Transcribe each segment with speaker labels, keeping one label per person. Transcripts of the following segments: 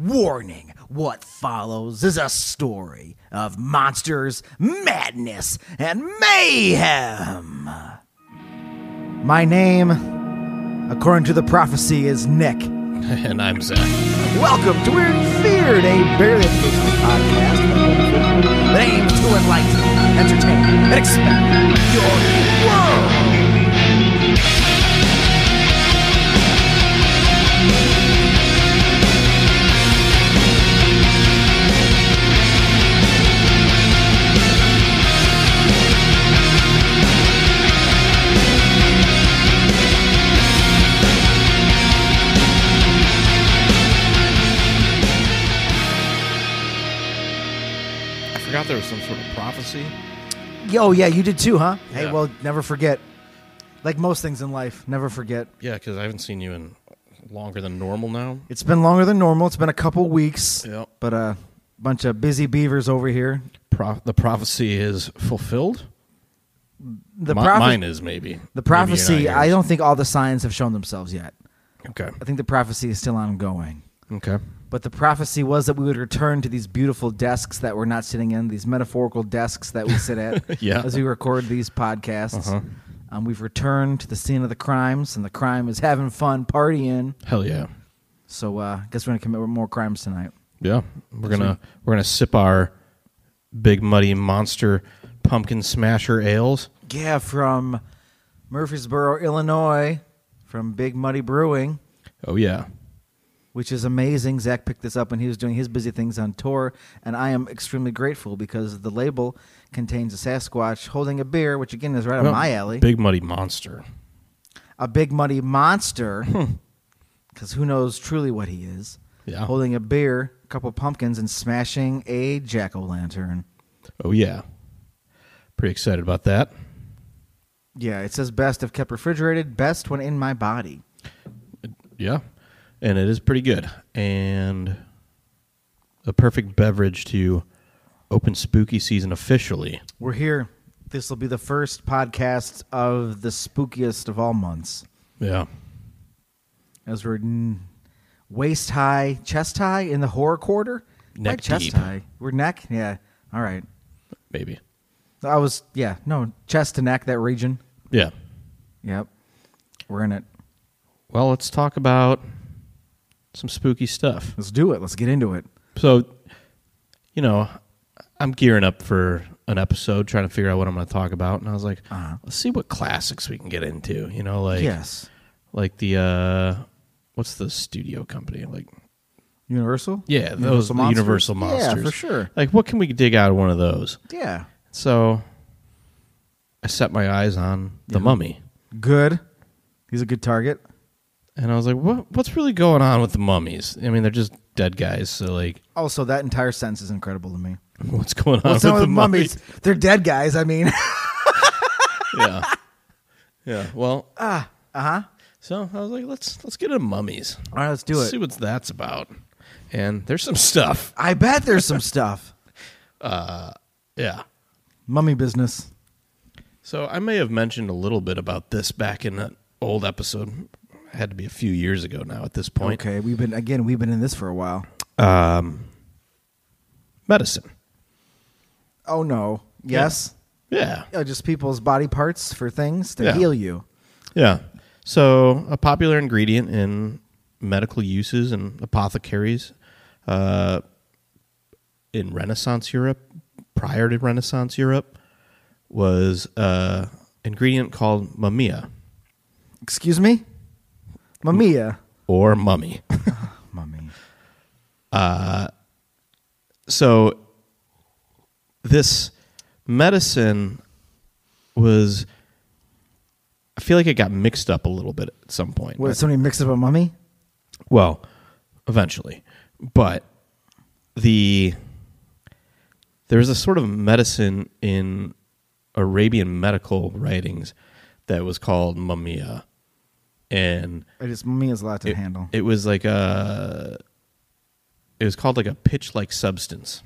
Speaker 1: Warning what follows is a story of monsters, madness, and mayhem. My name, according to the prophecy, is Nick.
Speaker 2: and I'm Zach.
Speaker 1: Welcome to Weird Feared, a barely educational podcast that aims to enlighten, entertain, and expand your world.
Speaker 2: I forgot there was some sort of prophecy.
Speaker 1: Yo, yeah, you did too, huh? Hey,
Speaker 2: Yeah.
Speaker 1: well, never forget. Like most things in life, never forget.
Speaker 2: Yeah, because I haven't seen you in longer than normal now.
Speaker 1: It's been longer than normal. It's been a couple weeks.
Speaker 2: Yep.
Speaker 1: But a bunch of busy beavers over here.
Speaker 2: Pro- the prophecy is fulfilled.
Speaker 1: The,
Speaker 2: Mi-
Speaker 1: prophe-
Speaker 2: mine is
Speaker 1: the
Speaker 2: maybe Maybe you're not
Speaker 1: prophecy, I
Speaker 2: yours.
Speaker 1: don't think all the signs have shown themselves yet.
Speaker 2: Okay.
Speaker 1: I think the prophecy is still ongoing.
Speaker 2: Okay.
Speaker 1: But the prophecy was that we would return to these beautiful desks that we're not sitting in, these metaphorical desks that we sit at
Speaker 2: Yeah. Uh-huh.
Speaker 1: as we record these podcasts. Um, we've returned to the scene of the crimes, and the crime is having fun, partying.
Speaker 2: Hell yeah.
Speaker 1: So uh, I guess we're gonna commit more crimes tonight.
Speaker 2: Yeah. We're gonna we're gonna sip our big muddy monster pumpkin smasher ales.
Speaker 1: Yeah, from Murfreesboro, Illinois, from Big Muddy Brewing,
Speaker 2: Oh yeah.
Speaker 1: which is amazing. Zach picked this up when he was doing his busy things on tour, and I am extremely grateful because the label contains a Sasquatch holding a beer, which again is right up
Speaker 2: Well,
Speaker 1: my alley.
Speaker 2: Big muddy monster.
Speaker 1: a Big Muddy monster,
Speaker 2: Hmm.
Speaker 1: because who knows truly what he is.
Speaker 2: Yeah.
Speaker 1: Holding a beer, a couple pumpkins, and smashing a jack o' lantern.
Speaker 2: Oh yeah. Pretty excited about that.
Speaker 1: Yeah, it says best if kept refrigerated, best when in my body.
Speaker 2: Yeah. And it is pretty good. And a perfect beverage to open spooky season officially.
Speaker 1: We're here. This will be the first podcast of the spookiest of all months.
Speaker 2: Yeah.
Speaker 1: As we're mm, waist high, chest high in the horror quarter.
Speaker 2: Neck
Speaker 1: Like chest
Speaker 2: deep.
Speaker 1: high. We're neck. Yeah. All right.
Speaker 2: Maybe.
Speaker 1: I was. Yeah. No. Chest to neck. That region.
Speaker 2: Yeah.
Speaker 1: Yep. We're in it.
Speaker 2: Well, let's talk about some spooky stuff.
Speaker 1: Let's do it. Let's get into it.
Speaker 2: So, you know, I'm gearing up for an episode, trying to figure out what I'm going to talk about. And I was like,
Speaker 1: Uh-huh.
Speaker 2: let's see what classics we can get into. You know, like,
Speaker 1: yes.
Speaker 2: like the, uh, what's the studio company? Like,
Speaker 1: Universal.
Speaker 2: yeah, those the
Speaker 1: monsters?
Speaker 2: Universal
Speaker 1: Yeah,
Speaker 2: Monsters.
Speaker 1: for sure.
Speaker 2: Like, what can we dig out of one of those?
Speaker 1: Yeah.
Speaker 2: So I set my eyes on the mummy.
Speaker 1: Good. He's a good target.
Speaker 2: And I was like, what what's really going on with the mummies? I mean, they're just dead guys, so like
Speaker 1: Also, that entire sentence is incredible to me.
Speaker 2: what's going on
Speaker 1: What's
Speaker 2: with
Speaker 1: up
Speaker 2: the
Speaker 1: with mummies?
Speaker 2: mummies?
Speaker 1: They're dead guys. I mean.
Speaker 2: yeah. Yeah. Well Ah. Uh-huh. So I was like, let's let's get into mummies.
Speaker 1: All right, let's do
Speaker 2: Let's
Speaker 1: it.
Speaker 2: see what that's about. And there's some stuff.
Speaker 1: I bet there's some stuff.
Speaker 2: Yeah.
Speaker 1: Mummy business.
Speaker 2: So I may have mentioned a little bit about this back in an old episode. had to be a few years ago now at this point. Um,
Speaker 1: Okay, we've been again. We've been in this for a while.
Speaker 2: Medicine.
Speaker 1: Oh no. Yes.
Speaker 2: Yeah.
Speaker 1: Yeah, just people's body parts for things to
Speaker 2: Yeah.
Speaker 1: heal you.
Speaker 2: Yeah. So, a popular ingredient in medical uses and apothecaries uh, in Renaissance Europe, prior to Renaissance Europe, was an ingredient called mammia
Speaker 1: Excuse me. Mamia.
Speaker 2: or mummy.
Speaker 1: Mummy.
Speaker 2: so, this medicine was. I feel like it got mixed up a little bit at some point.
Speaker 1: What? Somebody mixed up a mummy?
Speaker 2: Well, eventually. But the there's a sort of medicine in Arabian medical writings that was called mumia. And
Speaker 1: It is mummy is a lot to
Speaker 2: it,
Speaker 1: handle.
Speaker 2: it was like a it was called like a pitch like substance.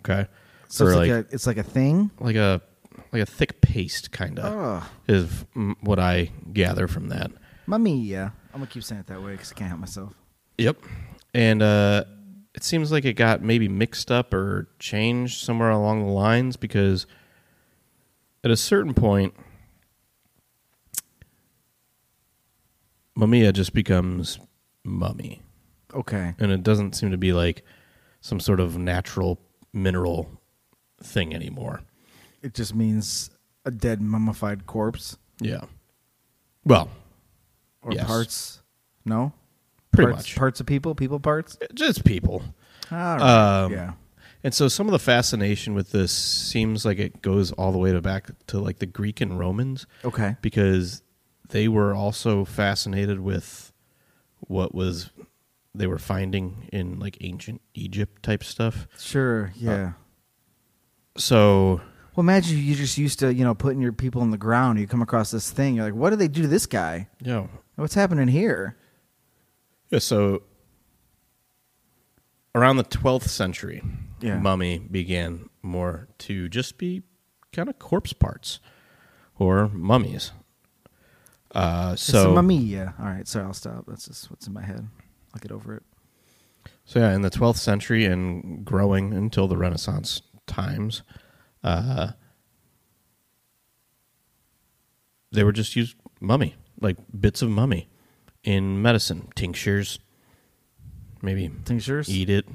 Speaker 2: Okay.
Speaker 1: so
Speaker 2: Or
Speaker 1: it's like,
Speaker 2: like
Speaker 1: a it's like a thing. Ah,
Speaker 2: like a like a thick paste kind of
Speaker 1: Ugh.
Speaker 2: is mm, what I gather from that.
Speaker 1: Mummy. Yeah. I'm gonna keep saying it that way because I can't help myself.
Speaker 2: Yep. And uh, it seems like it got maybe mixed up or changed somewhere along the lines because at a certain point Mamiya just becomes mummy
Speaker 1: Okay.
Speaker 2: and it doesn't seem to be like some sort of natural mineral thing anymore.
Speaker 1: It just means a dead mummified corpse
Speaker 2: Yeah. Well,
Speaker 1: or
Speaker 2: Yes.
Speaker 1: parts. No?
Speaker 2: Pretty
Speaker 1: parts,
Speaker 2: much.
Speaker 1: Parts of people, people parts?
Speaker 2: just people.
Speaker 1: All right.
Speaker 2: Um,
Speaker 1: yeah.
Speaker 2: And so some of the fascination with this seems like it goes all the way to back to like the Greek and Romans
Speaker 1: Okay.
Speaker 2: because they were also fascinated with what was they were finding in like ancient Egypt type stuff.
Speaker 1: Sure.
Speaker 2: uh,
Speaker 1: Yeah.
Speaker 2: So
Speaker 1: well, imagine you just used to, you know, putting your people in the ground. You come across this thing. You're like, what did they do to this guy?
Speaker 2: yeah,
Speaker 1: What's happening here?
Speaker 2: Yeah, so around the 12th century,
Speaker 1: Yeah.
Speaker 2: mummy began more to just be kind of corpse parts or mummies. Uh,
Speaker 1: it's a
Speaker 2: so,
Speaker 1: mummy. Yeah. All right. Sorry, I'll stop. That's just what's in my head. I'll get over it.
Speaker 2: so yeah, in the 12th century and growing until the Renaissance times, uh, they were just used mummy, like bits of mummy in medicine, tinctures, maybe
Speaker 1: Tinctures.
Speaker 2: eat it.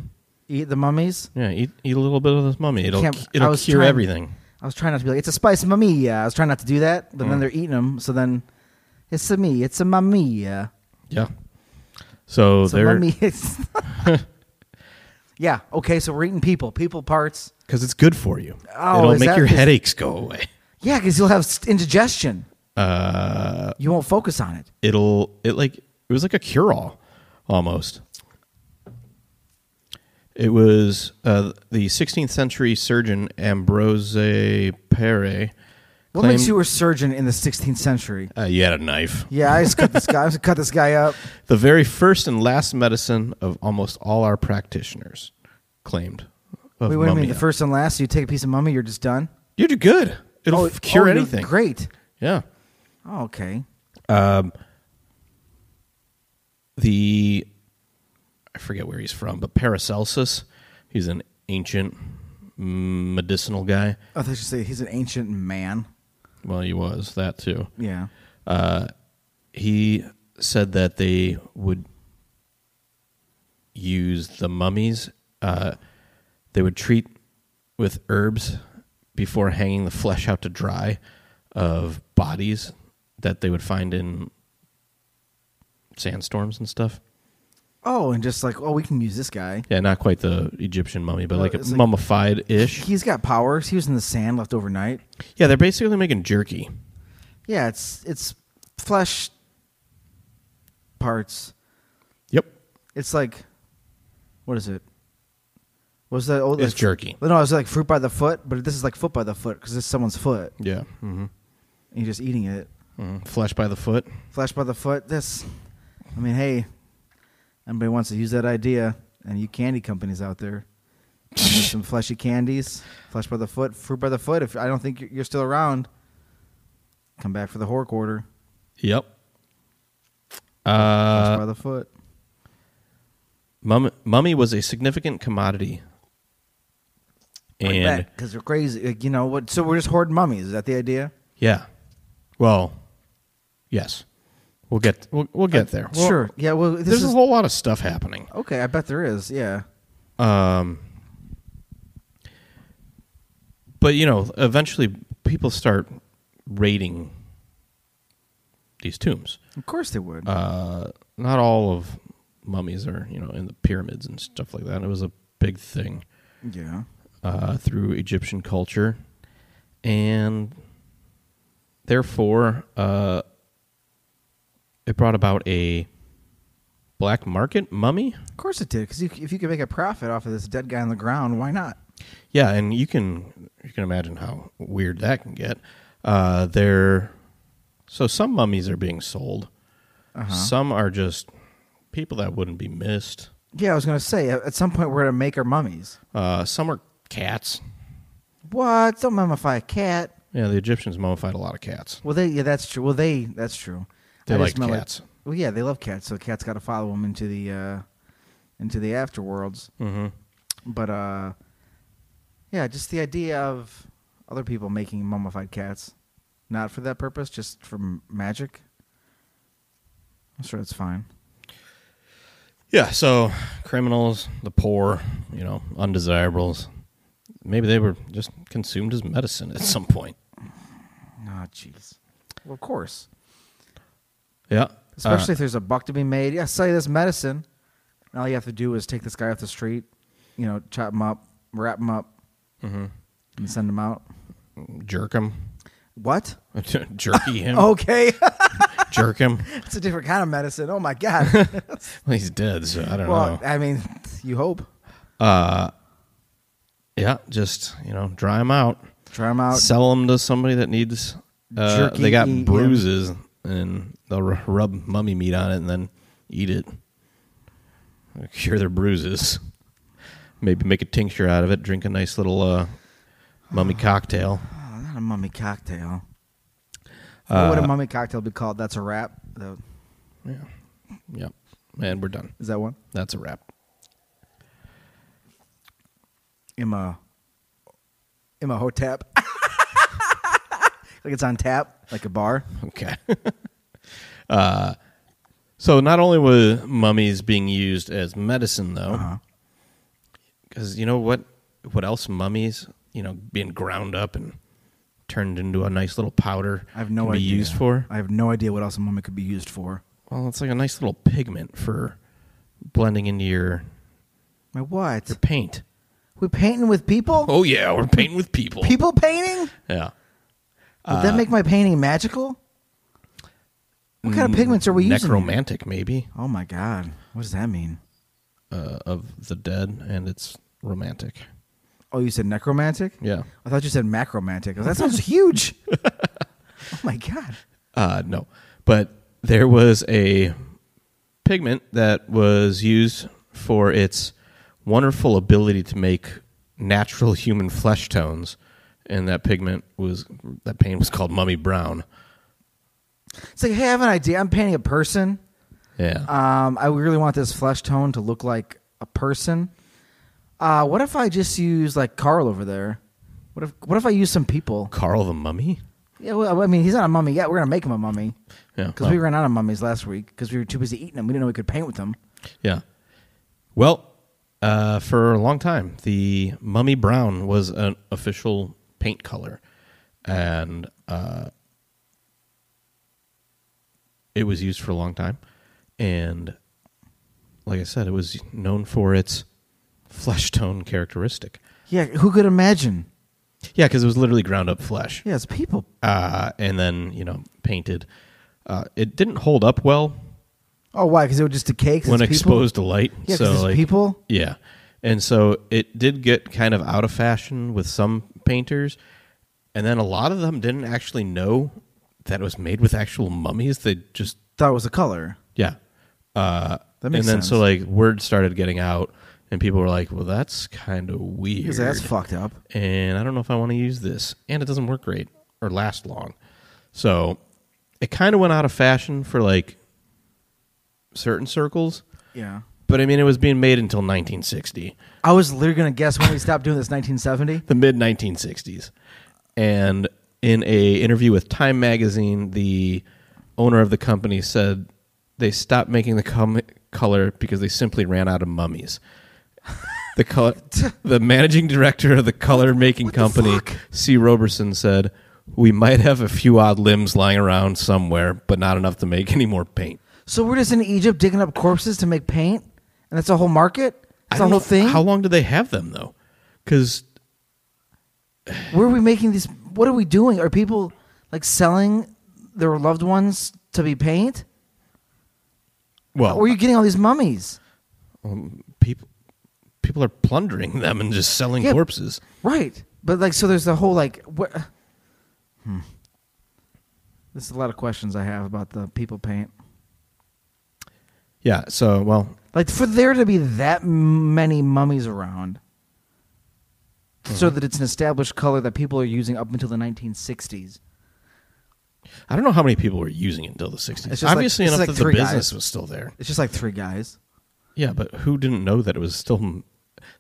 Speaker 1: Eat the mummies.
Speaker 2: Yeah, eat, eat a little bit of this mummy. It'll
Speaker 1: Can't- I
Speaker 2: it'll
Speaker 1: was
Speaker 2: cure
Speaker 1: trying-
Speaker 2: everything.
Speaker 1: I was trying not to be like, it's a spice mummy. Yeah. I was trying not to do that,
Speaker 2: Mm.
Speaker 1: but then they're eating them. So then, it's a me. It's a mummy. Yeah.
Speaker 2: Yeah. So
Speaker 1: It's a
Speaker 2: they're
Speaker 1: mummy. It's- yeah. Okay. So we're eating people, people parts.
Speaker 2: because it's good for you.
Speaker 1: Oh,
Speaker 2: It'll
Speaker 1: is
Speaker 2: make
Speaker 1: that-
Speaker 2: your
Speaker 1: is-
Speaker 2: headaches go away.
Speaker 1: Yeah, because you'll have st- indigestion.
Speaker 2: Uh,
Speaker 1: You won't focus on it.
Speaker 2: it'll it like it was like a cure all, almost. It was uh, the 16th century surgeon Ambrose Pare.
Speaker 1: What
Speaker 2: claimed-
Speaker 1: makes you a surgeon in the 16th century?
Speaker 2: Uh, you had a knife.
Speaker 1: Yeah, I just cut this guy. I just cut this guy up.
Speaker 2: The very first and last medicine of almost all our practitioners claimed. Of
Speaker 1: Wait, wait a minute.
Speaker 2: mummy.
Speaker 1: The first and last. You take a piece of mummy. You're just done.
Speaker 2: Dude, you're good. It'll
Speaker 1: Oh,
Speaker 2: f- cure
Speaker 1: oh, you're
Speaker 2: anything.
Speaker 1: Great.
Speaker 2: Yeah.
Speaker 1: Oh, okay.
Speaker 2: Um, the I forget where he's from, but Paracelsus. He's an ancient mm, medicinal guy.
Speaker 1: I thought you say he's an ancient man.
Speaker 2: Well, he was that too.
Speaker 1: Yeah.
Speaker 2: Uh, he said that they would use the mummies. Uh, they would treat with herbs before hanging the flesh out to dry of bodies that they would find in sandstorms and stuff.
Speaker 1: Oh, and just like, oh, we can use this guy.
Speaker 2: Yeah, not quite the Egyptian mummy, but
Speaker 1: No,
Speaker 2: like a
Speaker 1: Uh, it's like-
Speaker 2: mummified ish.
Speaker 1: He's got powers. He was in the sand left overnight.
Speaker 2: Yeah, they're basically making jerky.
Speaker 1: Yeah, it's it's flesh parts.
Speaker 2: Yep.
Speaker 1: It's like, what is it? Was that old?
Speaker 2: It's jerky.
Speaker 1: No, it was like fruit by the foot, but this is like foot by the foot because it's someone's foot. And
Speaker 2: Yeah. hmm
Speaker 1: you're just eating it.
Speaker 2: Flesh by the foot.
Speaker 1: Flesh by the foot. This, I mean, hey, anybody wants to use that idea? And you candy companies out there, There's some fleshy candies, flesh by the foot, fruit by the foot. If I don't think you're- you're still around, come back for the whore quarter.
Speaker 2: Yep.
Speaker 1: Flesh
Speaker 2: Uh,
Speaker 1: by the foot.
Speaker 2: Mummy, mummy was a significant commodity. And
Speaker 1: because they're crazy, like, you know what? So we're just hoarding mummies. Is that the idea?
Speaker 2: yeah, well, yes, we'll get we'll, we'll get there. Well,
Speaker 1: sure. Yeah. Well, this
Speaker 2: there's
Speaker 1: is
Speaker 2: a whole lot of stuff happening.
Speaker 1: okay. I bet there is. Yeah.
Speaker 2: Um, but you know, eventually people start raiding these tombs.
Speaker 1: Of course they would.
Speaker 2: Uh, not all of mummies are you know in the pyramids and stuff like that. It was a big thing.
Speaker 1: yeah.
Speaker 2: uh, through Egyptian culture, and therefore uh, it brought about a black market mummy.
Speaker 1: Of course it did, because if you could make a profit off of this dead guy on the ground, why not?
Speaker 2: Yeah, and you can you can imagine how weird that can get. Uh, there, so some mummies are being sold.
Speaker 1: Uh-huh.
Speaker 2: Some are just people that wouldn't be missed.
Speaker 1: Yeah, I was gonna say at at some point we're gonna make our mummies.
Speaker 2: Uh, some are cats.
Speaker 1: What? Don't mummify a cat.
Speaker 2: Yeah, the Egyptians mummified a lot of cats.
Speaker 1: Well, they yeah, that's true. Well, they that's true.
Speaker 2: They
Speaker 1: I just
Speaker 2: liked
Speaker 1: meant
Speaker 2: cats.
Speaker 1: well, yeah, they love cats, so the cat's got to follow them into the uh, into the afterworlds.
Speaker 2: Mm-hmm.
Speaker 1: But uh, yeah, just the idea of other people making mummified cats, not for that purpose, just for m- magic. I'm sure it's fine.
Speaker 2: Yeah, so criminals, the poor, you know, undesirables, maybe they were just consumed as medicine at some point.
Speaker 1: Ah, jeez. Well, of course.
Speaker 2: Yeah.
Speaker 1: Especially if there's a buck to be made. Yeah, sell you this medicine. And all you have to do is take this guy off the street, you know, chop him up, wrap him up, and send him out.
Speaker 2: Uh, jerk him.
Speaker 1: What?
Speaker 2: Jerky him.
Speaker 1: Okay.
Speaker 2: Jerk him.
Speaker 1: It's a different kind of medicine. Oh, my God.
Speaker 2: Well, he's dead, so I don't
Speaker 1: well,
Speaker 2: know.
Speaker 1: I mean, you hope.
Speaker 2: Yeah, just, you know, dry him out.
Speaker 1: Try him out.
Speaker 2: Sell them to somebody that needs. Uh,
Speaker 1: Jerky E
Speaker 2: they got
Speaker 1: him.
Speaker 2: bruises, and they'll r- rub mummy meat on it and then eat it. Cure their bruises. Maybe make a tincture out of it. Drink a nice little uh, mummy cocktail.
Speaker 1: Oh, not a mummy cocktail.
Speaker 2: Uh,
Speaker 1: what would a mummy cocktail be called? That's a wrap. The-
Speaker 2: Yeah, yep. And we're done.
Speaker 1: Is that one?
Speaker 2: That's a wrap.
Speaker 1: I'm a, I'm a hotep. like it's on tap, like a bar.
Speaker 2: Okay. uh, so not only were mummies being used as medicine,
Speaker 1: Uh-huh.
Speaker 2: though, because you know what? What else? Mummies, you know, being ground up and turned into a nice little powder.
Speaker 1: I have no
Speaker 2: can be
Speaker 1: idea.
Speaker 2: used for.
Speaker 1: I have no idea what else a mummy could be used for.
Speaker 2: Well, it's like a nice little pigment for blending into your
Speaker 1: My what?
Speaker 2: your paint.
Speaker 1: We're painting with people?
Speaker 2: Oh yeah, we're painting with people.
Speaker 1: People painting?
Speaker 2: Yeah. Uh,
Speaker 1: Would that make my painting magical? What
Speaker 2: mm,
Speaker 1: kind of pigments are we using?
Speaker 2: Necromantic, maybe,
Speaker 1: Oh my god. What does that mean?
Speaker 2: uh, of the dead, and it's romantic.
Speaker 1: Oh, you said necromantic?
Speaker 2: Yeah.
Speaker 1: I thought you said macromantic. I was, That sounds huge. oh my god.
Speaker 2: Uh, no, but there was a pigment that was used for its wonderful ability to make natural human flesh tones, and that pigment was that paint was called mummy brown.
Speaker 1: It's like, hey, I have an idea. I'm painting a person.
Speaker 2: Yeah,
Speaker 1: Um, I really want this flesh tone to look like a person. Uh, what if I just use like Carl over there? What if what if I use some people?
Speaker 2: Carl the mummy.
Speaker 1: Yeah, well, I mean, he's not a mummy yet. We're gonna make him a mummy
Speaker 2: Yeah,
Speaker 1: because we ran out of mummies last week because we were too busy eating them. We didn't know we could paint with them.
Speaker 2: Yeah. Well, uh, for a long time, the mummy brown was an official paint color, and uh, it was used for a long time. And like I said, it was known for its flesh tone characteristic.
Speaker 1: Yeah, who could imagine?
Speaker 2: Yeah, because it was literally ground up flesh,
Speaker 1: Yeah, it's people.
Speaker 2: uh, and then you know painted. Uh, it didn't hold up well
Speaker 1: Oh, why? Because it would just decay 'cause
Speaker 2: when
Speaker 1: it's people?
Speaker 2: exposed to light.
Speaker 1: Yeah,
Speaker 2: so
Speaker 1: because it's
Speaker 2: like,
Speaker 1: people.
Speaker 2: Yeah. And so it did get kind of out of fashion with some painters. And then a lot of them didn't actually know that it was made with actual mummies. They just,
Speaker 1: Thought it was a color.
Speaker 2: yeah. Uh,
Speaker 1: That makes
Speaker 2: and then so
Speaker 1: sense.
Speaker 2: like word started getting out and people were like, well, that's kind of weird.
Speaker 1: Because that's fucked up.
Speaker 2: and I don't know if I want to use this. And it doesn't work great or last long. So it kind of went out of fashion for like certain circles.
Speaker 1: Yeah.
Speaker 2: But I mean, it was being made until 1960.
Speaker 1: I was literally gonna guess when we stopped doing this, 1970.
Speaker 2: the mid 1960s. And in a interview with Time magazine, the owner of the company said they stopped making the com- color because they simply ran out of mummies. The color, the managing director of the color making company, C. Roberson, said, "We might have a few odd limbs lying around somewhere, but not enough to make any more paint."
Speaker 1: So we're just in Egypt digging up corpses to make paint, and that's a whole market.
Speaker 2: I
Speaker 1: That's a
Speaker 2: don't
Speaker 1: whole
Speaker 2: know-
Speaker 1: thing.
Speaker 2: How long do they have them though? Because
Speaker 1: Where are we making these? What are we doing? Are people like selling their loved ones to be paint?
Speaker 2: well,
Speaker 1: Where are you getting all these mummies?
Speaker 2: people people are plundering them and just selling
Speaker 1: Yeah.
Speaker 2: corpses.
Speaker 1: Right. But like, so there's the whole like. Wh- hmm. There's a lot of questions I have about the people paint.
Speaker 2: Yeah. So well,
Speaker 1: Like for there to be that many mummies around, so
Speaker 2: Mm-hmm.
Speaker 1: that it's an established color that people are using up until the 1960s.
Speaker 2: I don't know how many people were using it until the sixties.
Speaker 1: It's just like-
Speaker 2: Obviously
Speaker 1: it's like
Speaker 2: enough that the
Speaker 1: three
Speaker 2: business
Speaker 1: guys.
Speaker 2: was still there.
Speaker 1: It's just like three guys.
Speaker 2: Yeah, but who didn't know that it was still? m-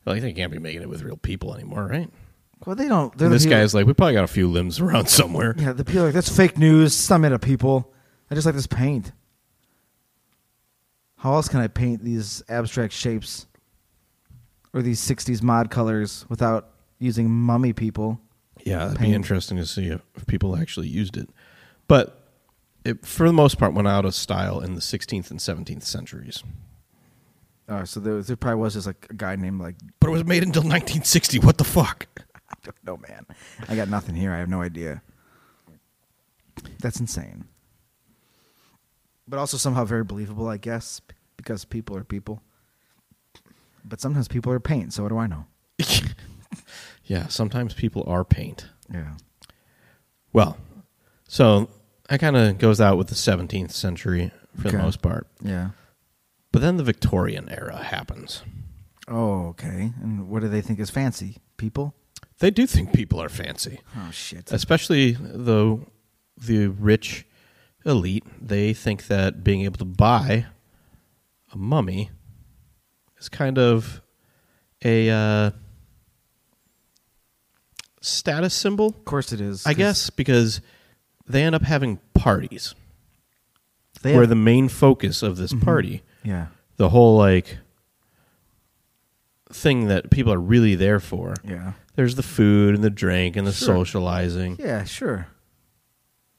Speaker 2: Like they can't be making it with real people anymore, right?
Speaker 1: Well, they don't. They're
Speaker 2: And
Speaker 1: the
Speaker 2: this
Speaker 1: people-
Speaker 2: guy's like, we probably got a few limbs around somewhere.
Speaker 1: Yeah, the people are like that's fake news. It's not made of people. I just like this paint. How else can I paint these abstract shapes or these '60s mod colors without using mummy people?
Speaker 2: Yeah, that'd be
Speaker 1: Paint.
Speaker 2: interesting to see if, if people actually used it. But it, for the most part, went out of style in the 16th and 17th centuries.
Speaker 1: Uh, so there, was, there probably was just like a guy named like
Speaker 2: But it was made until 1960. What the fuck?
Speaker 1: I don't know, man. I got nothing here. I have no idea. That's insane. But also somehow very believable, I guess, b- because people are people. But sometimes people are paint, so what do I know?
Speaker 2: yeah, sometimes people are paint.
Speaker 1: Yeah.
Speaker 2: Well, so that kind of goes out with the 17th century for
Speaker 1: Okay.
Speaker 2: the most part.
Speaker 1: Yeah.
Speaker 2: But then the Victorian era happens.
Speaker 1: Oh, okay. And what do they think is fancy? People?
Speaker 2: They do think people are fancy.
Speaker 1: Oh, shit.
Speaker 2: especially the the rich elite they think that being able to buy a mummy is kind of a uh, status symbol
Speaker 1: of course it is.
Speaker 2: i
Speaker 1: 'cause
Speaker 2: guess because they end up having parties
Speaker 1: They
Speaker 2: where
Speaker 1: have- Mm-hmm.
Speaker 2: the main focus of this party
Speaker 1: Yeah.
Speaker 2: the whole like thing that people are really there for
Speaker 1: Yeah.
Speaker 2: there's the food and the drink and the
Speaker 1: Sure.
Speaker 2: socializing
Speaker 1: Yeah, sure.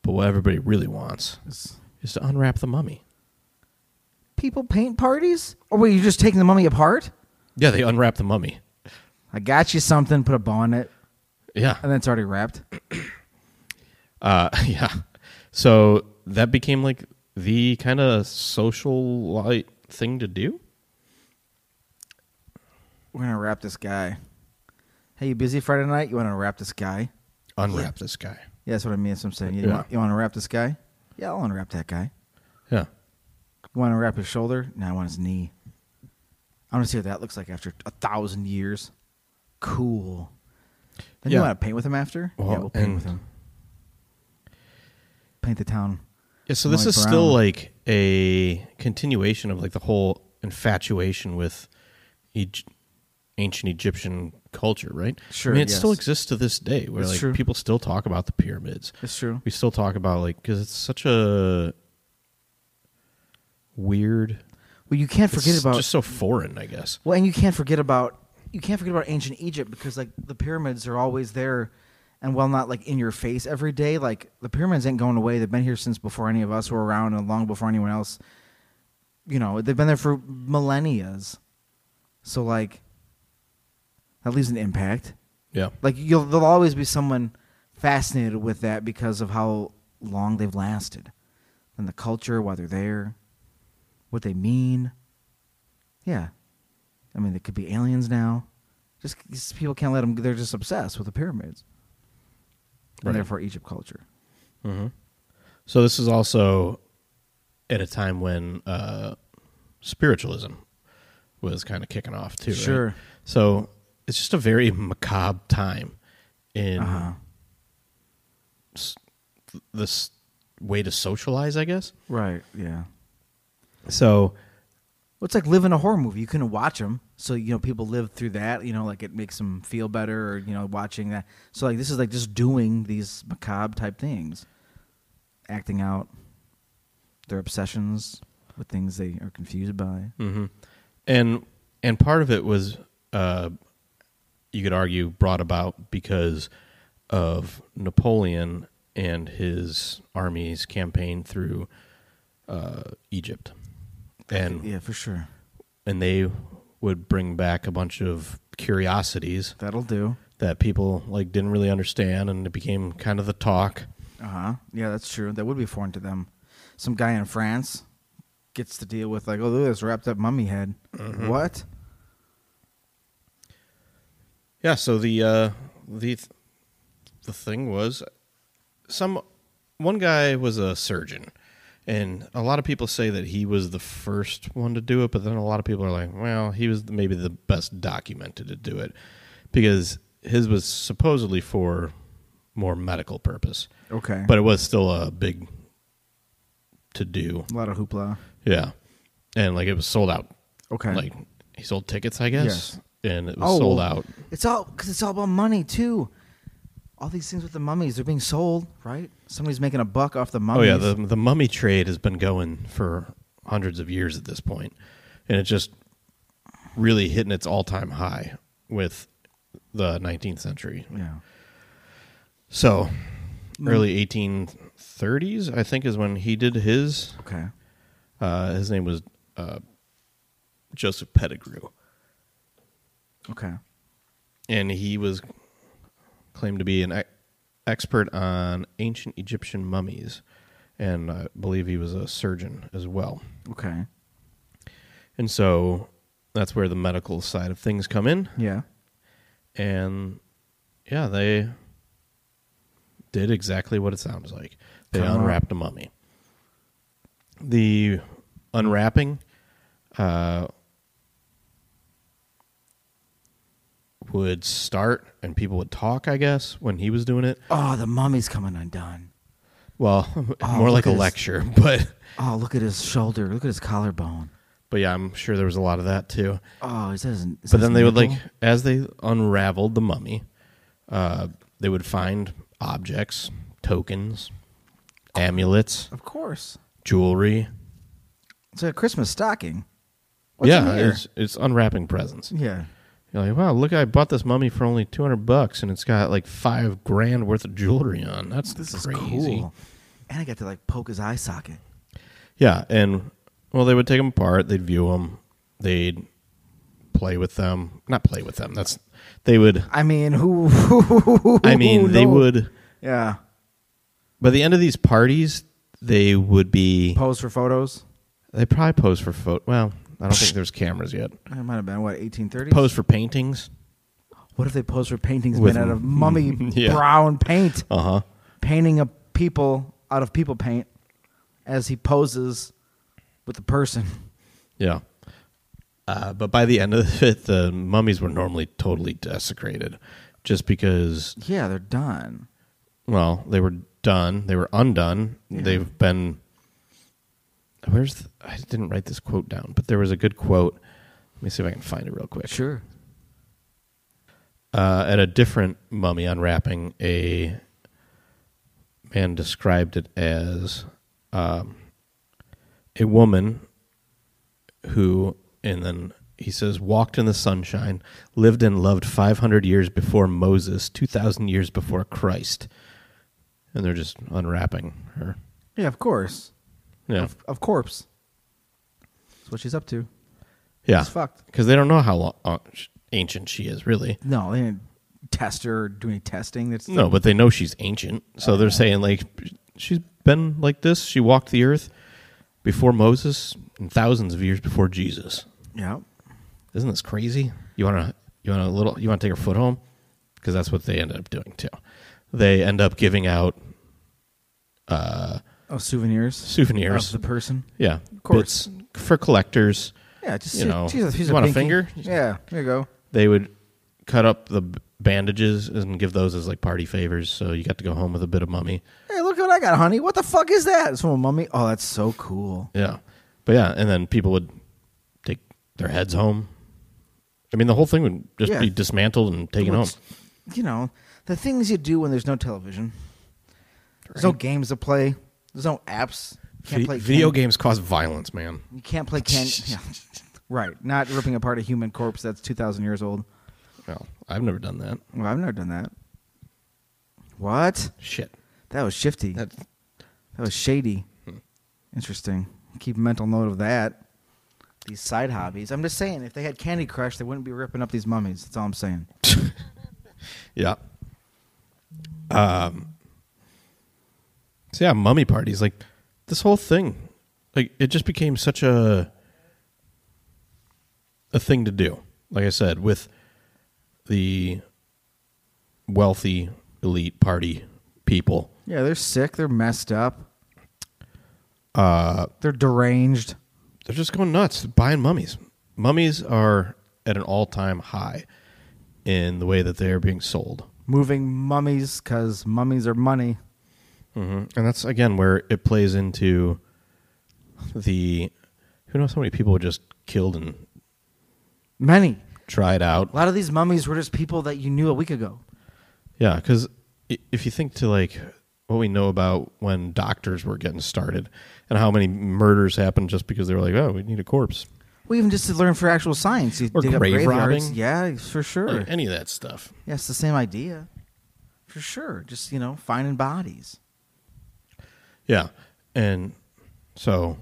Speaker 2: But what everybody really wants
Speaker 1: It's-
Speaker 2: is to unwrap the mummy.
Speaker 1: people paint parties? Or wait, you're just taking the mummy apart?
Speaker 2: Yeah, they unwrap the mummy.
Speaker 1: I got you something, put a bow on it,
Speaker 2: Yeah.
Speaker 1: and then it's already wrapped.
Speaker 2: Uh, yeah. So that became like the kind of social light thing to do.
Speaker 1: We're gonna wrap this guy. Hey, you busy Friday night? You want to wrap this guy?
Speaker 2: Unwrap this guy.
Speaker 1: Yeah, that's what I mean. That's what I'm saying. You,
Speaker 2: Yeah.
Speaker 1: want, you want to wrap this guy? Yeah, I'll unwrap that guy.
Speaker 2: Yeah.
Speaker 1: You want to wrap his shoulder? No, I want his knee. I want to see what that looks like after a thousand years. Cool. Then you
Speaker 2: Yeah.
Speaker 1: want to paint with him after? yeah,
Speaker 2: Well,
Speaker 1: we'll paint
Speaker 2: and-
Speaker 1: with him. Paint the town.
Speaker 2: Yeah. So this
Speaker 1: Mike
Speaker 2: is still
Speaker 1: Brown.
Speaker 2: like a continuation of like the whole infatuation with Egy- ancient Egyptian culture, right?
Speaker 1: Sure,
Speaker 2: I mean, it still
Speaker 1: yes.
Speaker 2: exists to this day where
Speaker 1: It's
Speaker 2: like
Speaker 1: true.
Speaker 2: people still talk about the pyramids.
Speaker 1: It's true.
Speaker 2: we still talk about like because it's such a weird
Speaker 1: Well, you can't forget
Speaker 2: it's
Speaker 1: about
Speaker 2: just so foreign i guess
Speaker 1: Well, and you can't forget about you can't forget about ancient Egypt because like the pyramids are always there, and while not like in your face every day, like the pyramids ain't going away. They've been here since before any of us were around, and long before anyone else. You know, they've been there for millennia's. So like, that leaves an impact.
Speaker 2: yeah
Speaker 1: Like you'll there'll always be someone fascinated with that because of how long they've lasted, and the culture, why they're there, what they mean. Yeah, I mean, they could be aliens now. Just, just people can't let them. They're just obsessed with the pyramids,
Speaker 2: Right.
Speaker 1: and therefore Egypt culture.
Speaker 2: mm-hmm. so this is also at a time when uh spiritualism was kind of kicking off too right?
Speaker 1: Sure.
Speaker 2: so it's just a very macabre time in
Speaker 1: Uh-huh.
Speaker 2: s- this way to socialize i guess
Speaker 1: Right. Yeah.
Speaker 2: so
Speaker 1: Well, it's like living a horror movie. You couldn't watch them, so you know people live through that. You know, like it makes them feel better, or you know, watching that. So like this is like just doing these macabre type things, acting out their obsessions with things they are confused by.
Speaker 2: hmm And and part of it was, uh, you could argue, brought about because of Napoleon and his army's campaign through uh, Egypt, and
Speaker 1: Yeah, for sure.
Speaker 2: and they would bring back a bunch of curiosities
Speaker 1: That'll do.
Speaker 2: that people like didn't really understand, and it became kind of the talk.
Speaker 1: Uh huh. Yeah, that's true. That would be foreign to them. Some guy in France gets to deal with like, oh, look at this wrapped up mummy head.
Speaker 2: Mm-hmm.
Speaker 1: What?
Speaker 2: Yeah. So the uh, the th- the thing was, some one guy was a surgeon, and a lot of people say that he was the first one to do it. But then a lot of people are like, well, he was maybe the best documented to do it because his was supposedly for more medical purpose,
Speaker 1: Okay.
Speaker 2: but it was still a big to do.
Speaker 1: a lot of hoopla.
Speaker 2: Yeah, and like it was sold out
Speaker 1: Okay.
Speaker 2: Like he sold tickets, I guess,
Speaker 1: Yes.
Speaker 2: and it was
Speaker 1: Oh,
Speaker 2: sold
Speaker 1: well,
Speaker 2: out.
Speaker 1: It's all because it's all about money too. All these things with the mummies, they're being sold, right? Somebody's making a buck off the
Speaker 2: Oh
Speaker 1: mummies.
Speaker 2: yeah, the the mummy trade has been going for hundreds of years at this point, and it's just really hitting its all time high with the 19th century.
Speaker 1: yeah.
Speaker 2: So, early 1830s, I think, is when he did his.
Speaker 1: Okay.
Speaker 2: Uh, his name was uh, Joseph Pettigrew,
Speaker 1: Okay.
Speaker 2: and he was claimed to be an e- expert on ancient Egyptian mummies, and I believe he was a surgeon as well.
Speaker 1: Okay.
Speaker 2: And so that's where the medical side of things come in.
Speaker 1: Yeah.
Speaker 2: And yeah, they did exactly what it sounds like. They
Speaker 1: Come on.
Speaker 2: unwrapped a mummy. The unwrapping uh, would start and people would talk, I guess, when he was doing it.
Speaker 1: Oh, the mummy's coming undone.
Speaker 2: Well, more
Speaker 1: Oh, look
Speaker 2: like
Speaker 1: at
Speaker 2: a
Speaker 1: his-
Speaker 2: lecture, but
Speaker 1: Oh, look at his shoulder. Look at his collarbone.
Speaker 2: but yeah, I'm sure there was a lot of that too.
Speaker 1: Oh, is that his? Is that
Speaker 2: but then
Speaker 1: his
Speaker 2: they would like
Speaker 1: nipple?
Speaker 2: as they unraveled the mummy uh, they would find objects tokens amulets
Speaker 1: Of course.
Speaker 2: jewelry
Speaker 1: It's a Christmas stocking. What's in
Speaker 2: yeah
Speaker 1: here?
Speaker 2: it's, it's unwrapping presents
Speaker 1: yeah.
Speaker 2: you're like wow look i bought this mummy for only 200 bucks and it's got like five grand worth of jewelry on that's
Speaker 1: This
Speaker 2: crazy.
Speaker 1: is cool. And I got to like poke his eye socket.
Speaker 2: yeah and well they would take them apart they'd view them they'd play with them not play with them that's they would
Speaker 1: I mean, who?
Speaker 2: i mean they
Speaker 1: no.
Speaker 2: would
Speaker 1: Yeah.
Speaker 2: By the end of these parties, they would be.
Speaker 1: Pose for photos.
Speaker 2: They probably pose for photo. Well, I don't think there's cameras yet.
Speaker 1: It might have been what 1830s.
Speaker 2: Pose for paintings.
Speaker 1: What if they pose for paintings
Speaker 2: With-
Speaker 1: made out of mummy
Speaker 2: Yeah.
Speaker 1: brown paint?
Speaker 2: Uh huh.
Speaker 1: Painting of people out of people paint as he poses with the person.
Speaker 2: Yeah. Uh, but by the end of it, the mummies were normally totally desecrated, just because.
Speaker 1: Yeah, they're done.
Speaker 2: Well, they were done. They were undone.
Speaker 1: Yeah.
Speaker 2: They've been. Where's the, I didn't write this quote down, but there was a good quote. Let me see if I can find it real quick.
Speaker 1: Sure.
Speaker 2: uh, at a different mummy unwrapping, a man described it as um, a woman who, and then he says, walked in the sunshine, lived and loved 500 years before Moses, 2,000 years before Christ. And they're just unwrapping her.
Speaker 1: Yeah, of course.
Speaker 2: Yeah.
Speaker 1: Of, of corpse. That's what she's up to.
Speaker 2: Yeah.
Speaker 1: It's fucked.
Speaker 2: Because they don't know how long, uh, sh- ancient she is, really.
Speaker 1: No, they didn't test her or do any testing. That's
Speaker 2: No, but they know she's ancient, so
Speaker 1: Oh.
Speaker 2: they're saying like she's been like this. She walked the earth before Moses and thousands of years before Jesus.
Speaker 1: yeah.
Speaker 2: Isn't this crazy? You want to you want a little you want to take her foot home because that's what they ended up doing too. They end up giving out
Speaker 1: Oh, souvenirs.
Speaker 2: Souvenirs.
Speaker 1: of the person.
Speaker 2: yeah,
Speaker 1: Of course.
Speaker 2: bits for collectors.
Speaker 1: Yeah, just
Speaker 2: You know,
Speaker 1: she's a, she's
Speaker 2: you want a
Speaker 1: pinky.
Speaker 2: finger?
Speaker 1: Yeah, there you go.
Speaker 2: They would cut up the b- bandages and give those as like party favors. So you got to go home with a bit of mummy.
Speaker 1: Hey, look what I got, honey. What the fuck is that? It's from a mummy. Oh, that's so cool.
Speaker 2: Yeah. But yeah, and then people would take their heads home. I mean, the whole thing would just
Speaker 1: Yeah.
Speaker 2: be dismantled and taken home.
Speaker 1: What's- You know, the things you do when there's no television. There's no games to play. There's no apps. You can't
Speaker 2: Vi-
Speaker 1: play
Speaker 2: video
Speaker 1: Ken-
Speaker 2: games cause violence, man.
Speaker 1: You can't play can. yeah. Right. Not ripping apart a human corpse that's 2,000 years old.
Speaker 2: Well, I've never done that.
Speaker 1: Well, I've never done that. What?
Speaker 2: Shit.
Speaker 1: That was shifty.
Speaker 2: That, Hmm.
Speaker 1: That was shady. Interesting. Keep mental note of that. These side hobbies. I'm just saying, if they had Candy Crush, they wouldn't be ripping up these mummies. That's all I'm saying.
Speaker 2: yeah. Um. So yeah, mummy parties. Like this whole thing, like it just became such a a thing to do. Like I said, with the wealthy elite party people.
Speaker 1: Yeah, they're sick. They're messed up. Uh, they're deranged.
Speaker 2: they're just going nuts buying mummies. Mummies are at an all-time high in the way that they are being sold,
Speaker 1: Moving mummies because mummies are money.
Speaker 2: mm-hmm. and that's again where it plays into the who knows how many people were just killed and
Speaker 1: Many.
Speaker 2: Try it out.
Speaker 1: A lot of these mummies were just people that you knew a week ago.
Speaker 2: Yeah, because if you think to like what we know about when doctors were getting started and how many murders happened just because they were like, oh, we need a corpse.
Speaker 1: Well, even just to learn for actual science, you
Speaker 2: Or
Speaker 1: dig
Speaker 2: grave
Speaker 1: up graveyards.
Speaker 2: robbing.
Speaker 1: Yeah, for sure.
Speaker 2: Like, any of that stuff.
Speaker 1: Yeah, it's the same idea. For sure. Just, you know, finding bodies.
Speaker 2: Yeah. And so,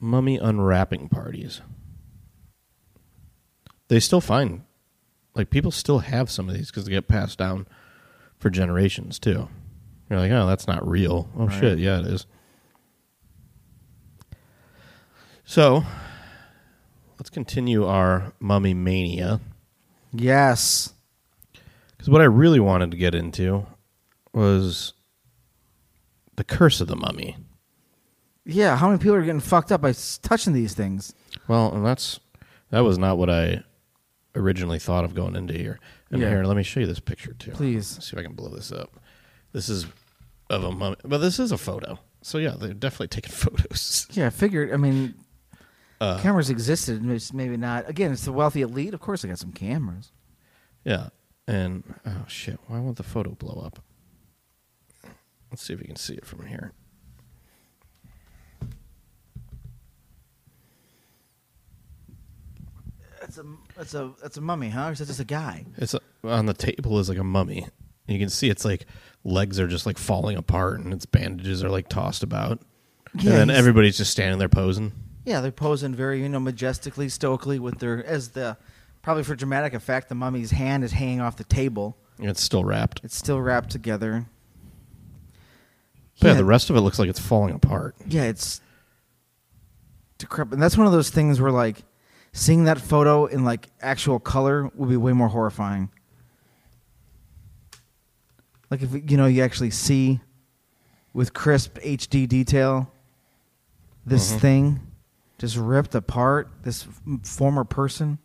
Speaker 2: mummy unwrapping parties. They still find, like, people still have some of these because they get passed down for generations, too. You're like, oh, that's not real. Oh,
Speaker 1: Right.
Speaker 2: shit. Yeah, it is. So, let's continue our mummy mania.
Speaker 1: Yes.
Speaker 2: Because what I really wanted to get into was the curse of the mummy.
Speaker 1: Yeah, how many people are getting fucked up by s- touching these things?
Speaker 2: Well, and that's that was not what I originally thought of going into here. And
Speaker 1: Yeah.
Speaker 2: here, let me show you this picture too.
Speaker 1: Please.
Speaker 2: Let's see if I can blow this up. This is of a mummy, but this is a photo. So yeah, they're definitely taking photos.
Speaker 1: Yeah, I figured. I mean,
Speaker 2: Uh.
Speaker 1: cameras existed, and it's maybe not. Again, it's the wealthy elite. Of course, they got some cameras.
Speaker 2: Yeah, and oh shit, why won't the photo blow up? Let's see if you can see it from here.
Speaker 1: That's a that's a that's a mummy, huh? Or is that just a guy?
Speaker 2: It's a, on the table is like a mummy. You can see it's like legs are just like falling apart, and its bandages are like tossed about.
Speaker 1: Yeah,
Speaker 2: and then
Speaker 1: he's-
Speaker 2: everybody's just standing there posing.
Speaker 1: Yeah, they're posing very you know majestically, stoically with their as the probably for dramatic effect. The mummy's hand is hanging off the table.
Speaker 2: It's still wrapped.
Speaker 1: It's still wrapped together.
Speaker 2: But yeah, the rest of it looks like it's falling apart.
Speaker 1: yeah, it's decrepit. And that's one of those things where like seeing that photo in like actual color would be way more horrifying. Like if you know you actually see with crisp HD detail this thing just ripped apart, this f- former person,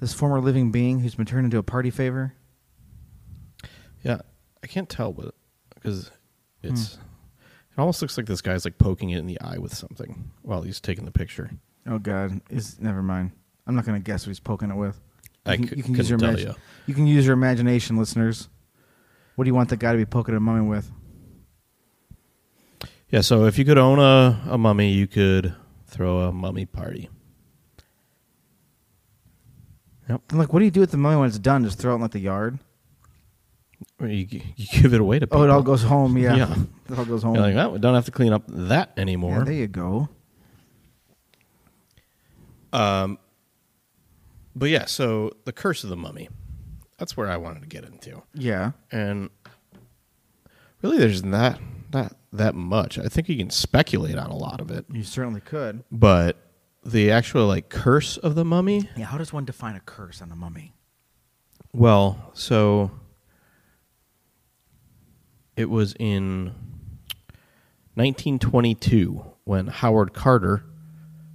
Speaker 1: this former living being who's been turned into a party favor.
Speaker 2: Yeah, I can't tell, but because it's it almost looks like this guy's like poking it in the eye with something while he's taking the picture.
Speaker 1: Oh God! Is never mind. I'm not going to guess what he's poking it with.
Speaker 2: I
Speaker 1: can,
Speaker 2: cou-
Speaker 1: you can use your
Speaker 2: couldn't tell
Speaker 1: imagi-
Speaker 2: you.
Speaker 1: you can use your imagination, listeners. What do you want the guy to be poking a mummy with?
Speaker 2: Yeah, so if you could own a, a mummy, you could throw a mummy party. Yep,
Speaker 1: And like, what do you do with the mummy when it's done? Just throw it in like the yard?
Speaker 2: Or you, g- you give it away to people.
Speaker 1: Oh, it all goes home. Yeah,
Speaker 2: Yeah.
Speaker 1: it all goes home.
Speaker 2: You're like, oh, we don't have to clean up that
Speaker 1: Yeah,
Speaker 2: anymore.
Speaker 1: there you go.
Speaker 2: Um, but yeah, so the curse of the mummy. That's where I wanted to get into,
Speaker 1: Yeah,
Speaker 2: and really, there's not not that much. I think you can speculate on a lot of it,
Speaker 1: you certainly could.
Speaker 2: but the actual like curse of the mummy.
Speaker 1: Yeah, how does one define a curse on a mummy?
Speaker 2: Well, so it was in 1922 when Howard Carter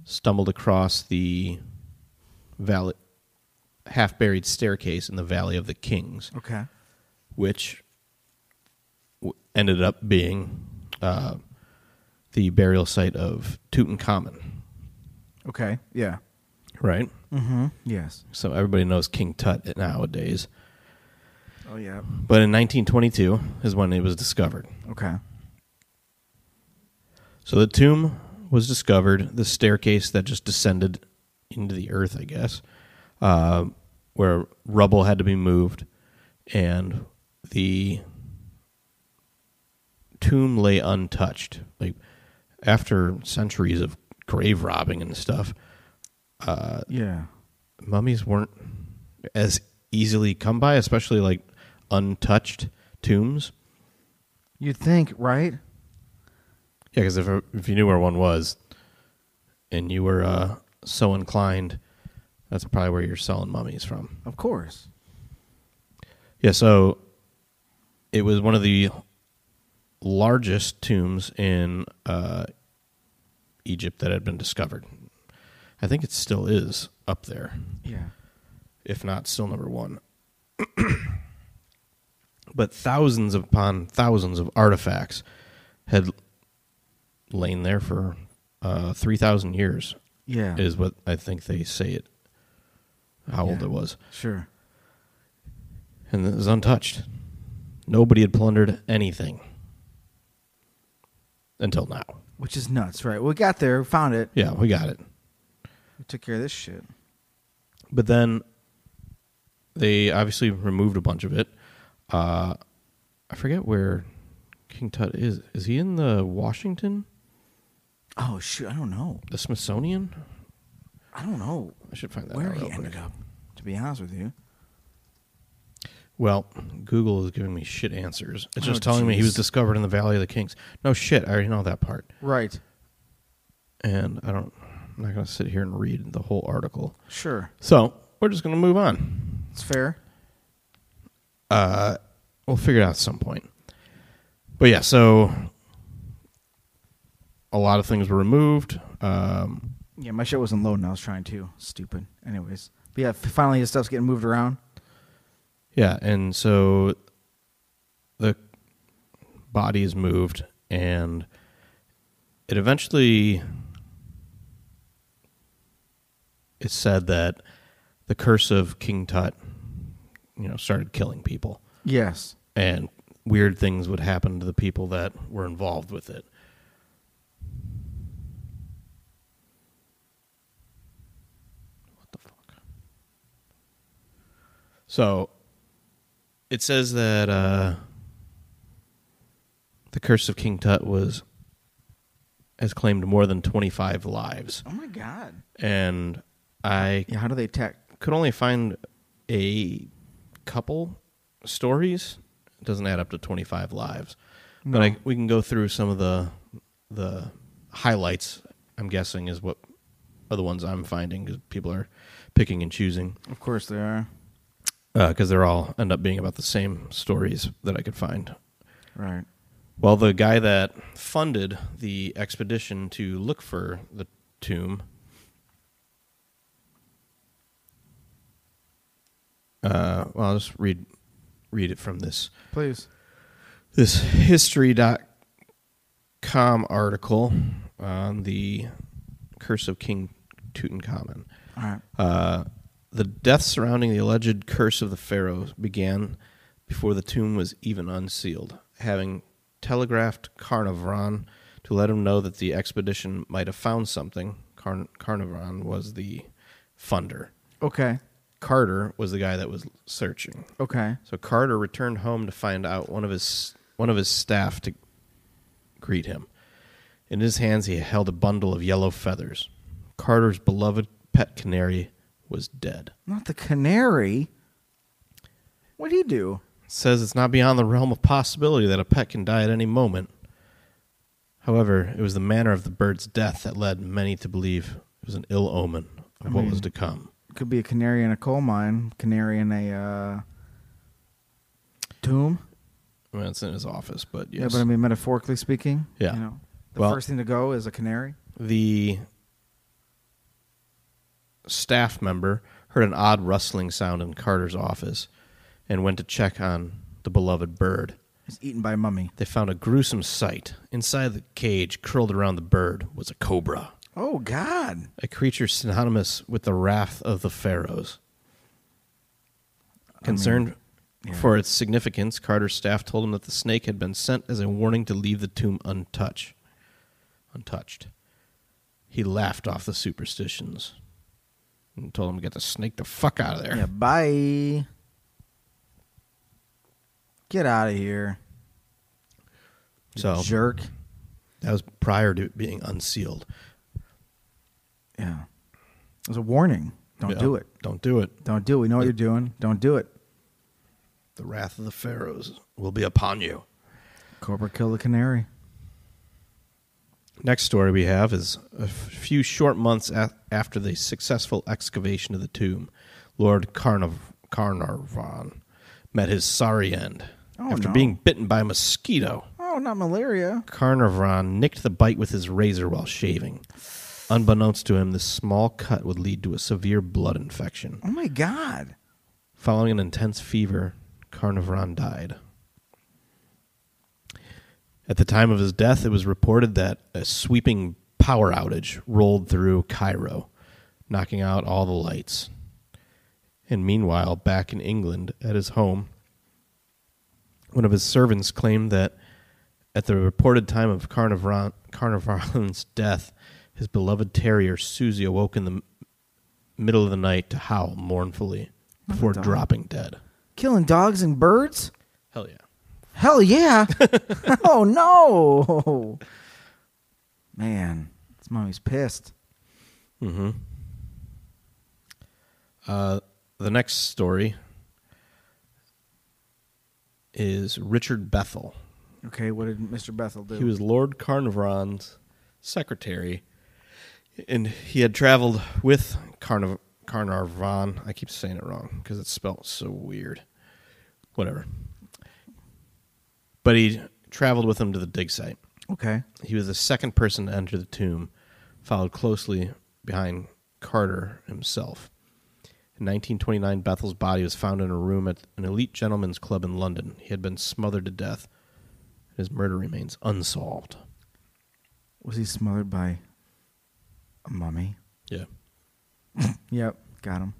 Speaker 2: stumbled across the valley, half-buried staircase in the Valley of the Kings,
Speaker 1: Okay.
Speaker 2: which w- ended up being uh, the burial site of Tutankhamun.
Speaker 1: Okay. Yeah.
Speaker 2: Right.
Speaker 1: Mm-hmm. Yes.
Speaker 2: So everybody knows King Tut nowadays,
Speaker 1: Oh yeah.
Speaker 2: but in 1922 is when it was discovered.
Speaker 1: Okay.
Speaker 2: So the tomb was discovered, the staircase that just descended into the earth, I guess, uh, where rubble had to be moved, and the tomb lay untouched. Like after centuries of grave robbing and stuff, Uh,
Speaker 1: Yeah.
Speaker 2: mummies weren't as easily come by, especially like untouched tombs.
Speaker 1: You'd think, right?
Speaker 2: Yeah, because if if you knew where one was, and you were uh, so inclined, that's probably where you're selling mummies from.
Speaker 1: Of course.
Speaker 2: Yeah, so it was one of the largest tombs in uh, Egypt that had been discovered. I think it still is up there,
Speaker 1: Yeah.
Speaker 2: if not still number one. but thousands upon thousands of artifacts had lain there for uh, 3,000 years
Speaker 1: Yeah.
Speaker 2: is what I think they say it. How old
Speaker 1: Yeah.
Speaker 2: it was,
Speaker 1: Sure.
Speaker 2: and it was untouched. Nobody had plundered anything until now.
Speaker 1: Which is nuts, right? We got there, found it,
Speaker 2: Yeah, we got it.
Speaker 1: we took care of this shit.
Speaker 2: But then they obviously removed a bunch of it. Uh, I forget where King Tut is. Is he in the Washington,
Speaker 1: Oh shoot, I don't know.
Speaker 2: the Smithsonian?
Speaker 1: I don't know
Speaker 2: I should find that
Speaker 1: where
Speaker 2: out.
Speaker 1: he
Speaker 2: real quick.
Speaker 1: ended up. To be honest with you,
Speaker 2: Well, Google is giving me shit answers. It's
Speaker 1: Oh,
Speaker 2: just telling me he was
Speaker 1: jeez. discovered
Speaker 2: discovered in the Valley of the Kings. No shit, I already know that part.
Speaker 1: right?
Speaker 2: And I don't I'm not going to sit here and read the whole article.
Speaker 1: Sure,
Speaker 2: So, we're just going to move on.
Speaker 1: it's fair.
Speaker 2: we'll figure it out at some point. But yeah, so a lot of things were removed. Um,
Speaker 1: Yeah, my shit wasn't loading. I was trying to. Stupid. Anyways, but yeah, f- finally his stuff's getting moved around.
Speaker 2: yeah, and so the body is moved, and it eventually is said that the curse of King Tut, you know, started killing people.
Speaker 1: Yes.
Speaker 2: and weird things would happen to the people that were involved with it. What the fuck? So it says that uh, the curse of King Tut was has claimed more than twenty five lives,
Speaker 1: Oh my god.
Speaker 2: and I
Speaker 1: Yeah. How do they attack?
Speaker 2: could only find a couple stories. It doesn't add up to 25 lives. But I, we can go through some of the the highlights. I'm guessing is what are the ones I'm finding because people are picking and choosing
Speaker 1: Of course they are.
Speaker 2: because they're all end up being about the same stories that I could find.
Speaker 1: Right.
Speaker 2: Well, the guy that funded the expedition to look for the tomb uh, well, I'll just read read it from this
Speaker 1: Please.
Speaker 2: this history.com article on the curse of King Tutankhamun.
Speaker 1: All right.
Speaker 2: Uh, the death surrounding the alleged curse of the pharaoh began before the tomb was even unsealed, having telegraphed Carnarvon to let him know that the expedition might have found something. Carn- Carnarvon was the funder.
Speaker 1: Okay.
Speaker 2: Carter was the guy that was searching.
Speaker 1: Okay.
Speaker 2: So Carter returned home to find out one of his one of his staff to greet him. In his hands, he held a bundle of yellow feathers. Carter's beloved pet canary was dead.
Speaker 1: Not the canary. What do you do?
Speaker 2: says it's not beyond the realm of possibility that a pet can die at any moment. However, it was the manner of the bird's death that led many to believe it was an ill omen of what was to come.
Speaker 1: Could be a canary in a coal mine. Canary in a uh, tomb.
Speaker 2: I mean, it's in his office, but yes.
Speaker 1: Yeah, but I mean metaphorically speaking.
Speaker 2: Yeah.
Speaker 1: You know, the
Speaker 2: Well-
Speaker 1: first thing to go is a canary.
Speaker 2: the staff member heard an odd rustling sound in Carter's office and went to check on the beloved bird.
Speaker 1: It's eaten by a mummy.
Speaker 2: They found a gruesome sight. Inside the cage, curled around the bird, was a cobra,
Speaker 1: Oh God.
Speaker 2: a creature synonymous with the wrath of the pharaohs. Concerned
Speaker 1: yeah.
Speaker 2: for its significance, Carter's staff told him that the snake had been sent as a warning to leave the tomb untouched. Untouched. He laughed off the superstitions and told him to get the snake the fuck out of there.
Speaker 1: Yeah. Bye. Get out of here. you
Speaker 2: So
Speaker 1: jerk.
Speaker 2: that was prior to it being unsealed.
Speaker 1: Yeah. It was a warning. Don't
Speaker 2: Yeah,
Speaker 1: do it.
Speaker 2: Don't do it.
Speaker 1: Don't do it. We know what you're doing. Don't do it.
Speaker 2: The wrath of the pharaohs will be upon you.
Speaker 1: Cobra killed the canary.
Speaker 2: Next story we have is a f- few short months a- after the successful excavation of the tomb, Lord Carnav- Carnarvon met his sorry end.
Speaker 1: Oh,
Speaker 2: after
Speaker 1: no.
Speaker 2: being bitten by a mosquito,
Speaker 1: Oh, not malaria.
Speaker 2: Carnarvon nicked the bite with his razor while shaving. Unbeknownst to him, this small cut would lead to a severe blood infection.
Speaker 1: Oh my God.
Speaker 2: Following an intense fever, Carnarvon died. At the time of his death, it was reported that a sweeping power outage rolled through Cairo, knocking out all the lights. And meanwhile, back in England at his home, one of his servants claimed that at the reported time of Carnarvon, Carnarvon's death, his beloved terrier Susie awoke in the m- middle of the night to howl mournfully before
Speaker 1: dog.
Speaker 2: dropping dead.
Speaker 1: Killing dogs and birds?
Speaker 2: Hell yeah.
Speaker 1: Hell yeah. oh no. Man, this mommy's pissed.
Speaker 2: Mm-hmm. Uh, the next story is Richard Bethel.
Speaker 1: Okay, what did Mr. Bethel do?
Speaker 2: He was Lord Carnarvon's secretary, and he had traveled with Carnav- Carnarvon. I keep saying it wrong because it's spelled so weird. Whatever. But he traveled with him to the dig site.
Speaker 1: okay.
Speaker 2: He was the second person to enter the tomb, followed closely behind Carter himself. In 1929, Bethel's body was found in a room at an elite gentleman's club in London. He had been smothered to death. His murder remains unsolved.
Speaker 1: Was he smothered by a mummy?
Speaker 2: Yeah.
Speaker 1: Yep, got him.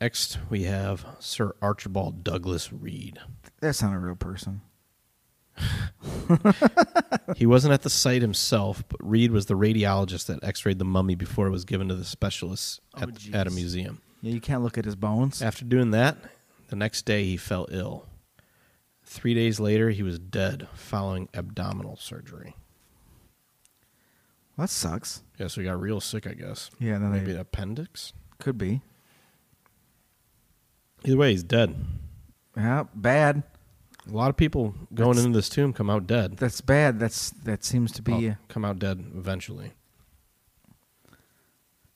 Speaker 2: Next, we have Sir Archibald Douglas Reed.
Speaker 1: That's not a real person.
Speaker 2: he wasn't at the site himself, but Reed was the radiologist that x rayed the mummy before it was given to the specialists at, at a
Speaker 1: jeez.
Speaker 2: museum.
Speaker 1: Yeah, you can't look at his bones.
Speaker 2: After doing that, the next day he fell ill. Three days later, he was dead following abdominal surgery.
Speaker 1: That sucks.
Speaker 2: Yeah, so he got real sick, I guess.
Speaker 1: Yeah, no,
Speaker 2: Maybe
Speaker 1: they
Speaker 2: an appendix?
Speaker 1: could be.
Speaker 2: Either way, he's dead.
Speaker 1: Yeah, bad.
Speaker 2: A lot of people going
Speaker 1: That's-
Speaker 2: into this tomb come out dead.
Speaker 1: That's bad. That's that seems to be
Speaker 2: Well,
Speaker 1: uh,
Speaker 2: Come out dead eventually.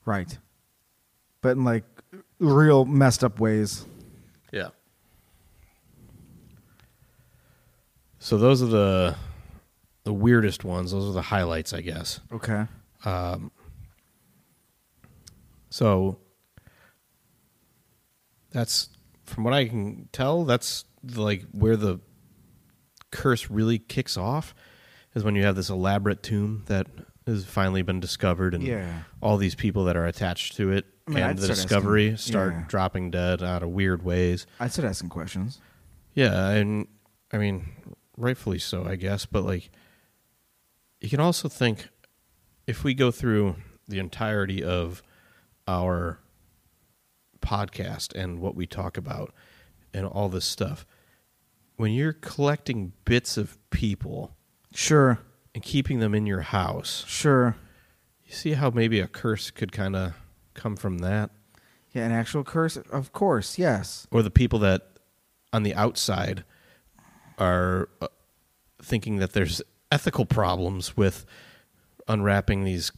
Speaker 1: right, but in like real messed up ways.
Speaker 2: Yeah. So those are the the weirdest ones. Those are the highlights, I guess.
Speaker 1: Okay.
Speaker 2: So that's from what I can tell, that's like where the curse really kicks off is when you have this elaborate tomb that has finally been discovered and
Speaker 1: Yeah.
Speaker 2: all these people that are attached to it
Speaker 1: I mean,
Speaker 2: and
Speaker 1: I'd
Speaker 2: the
Speaker 1: start asking-
Speaker 2: discovery start
Speaker 1: yeah.
Speaker 2: dropping dead out of weird ways.
Speaker 1: I started asking questions.
Speaker 2: Yeah, and I mean, rightfully so, I guess. But like, you can also think if we go through the entirety of our podcast and what we talk about and all this stuff, when you're collecting bits of people
Speaker 1: Sure,
Speaker 2: and keeping them in your house,
Speaker 1: sure.
Speaker 2: you see how maybe a curse could kind of come from that,
Speaker 1: Yeah, an actual curse, of course. Yes.
Speaker 2: or the people that on the outside are uh, thinking that there's ethical problems with unwrapping these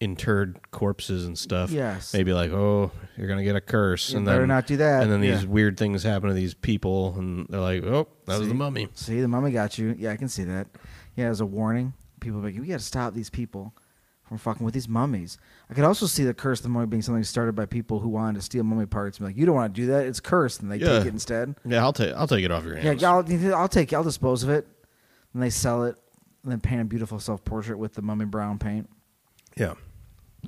Speaker 2: interred corpses and stuff.
Speaker 1: Yes.
Speaker 2: Maybe like, oh, you're gonna get a curse,
Speaker 1: You
Speaker 2: and
Speaker 1: better
Speaker 2: then
Speaker 1: not do that.
Speaker 2: And then these
Speaker 1: Yeah.
Speaker 2: weird things happen to these people, and they're like, oh, that was
Speaker 1: See?
Speaker 2: the mummy.
Speaker 1: See, the mummy got you. Yeah, I can see that. Yeah, as a warning, people are like, we got to stop these people from fucking with these mummies. I could also see the curse of the mummy being something started by people who wanted to steal mummy parts. And be like, you don't want to do that. It's cursed, and they
Speaker 2: Yeah.
Speaker 1: take it instead.
Speaker 2: Yeah, I'll take I'll take it off your
Speaker 1: Yeah,
Speaker 2: hands.
Speaker 1: y'all, I'll take it. I'll dispose of it. And they sell it, and then paint a beautiful self portrait with the mummy brown paint,
Speaker 2: yeah.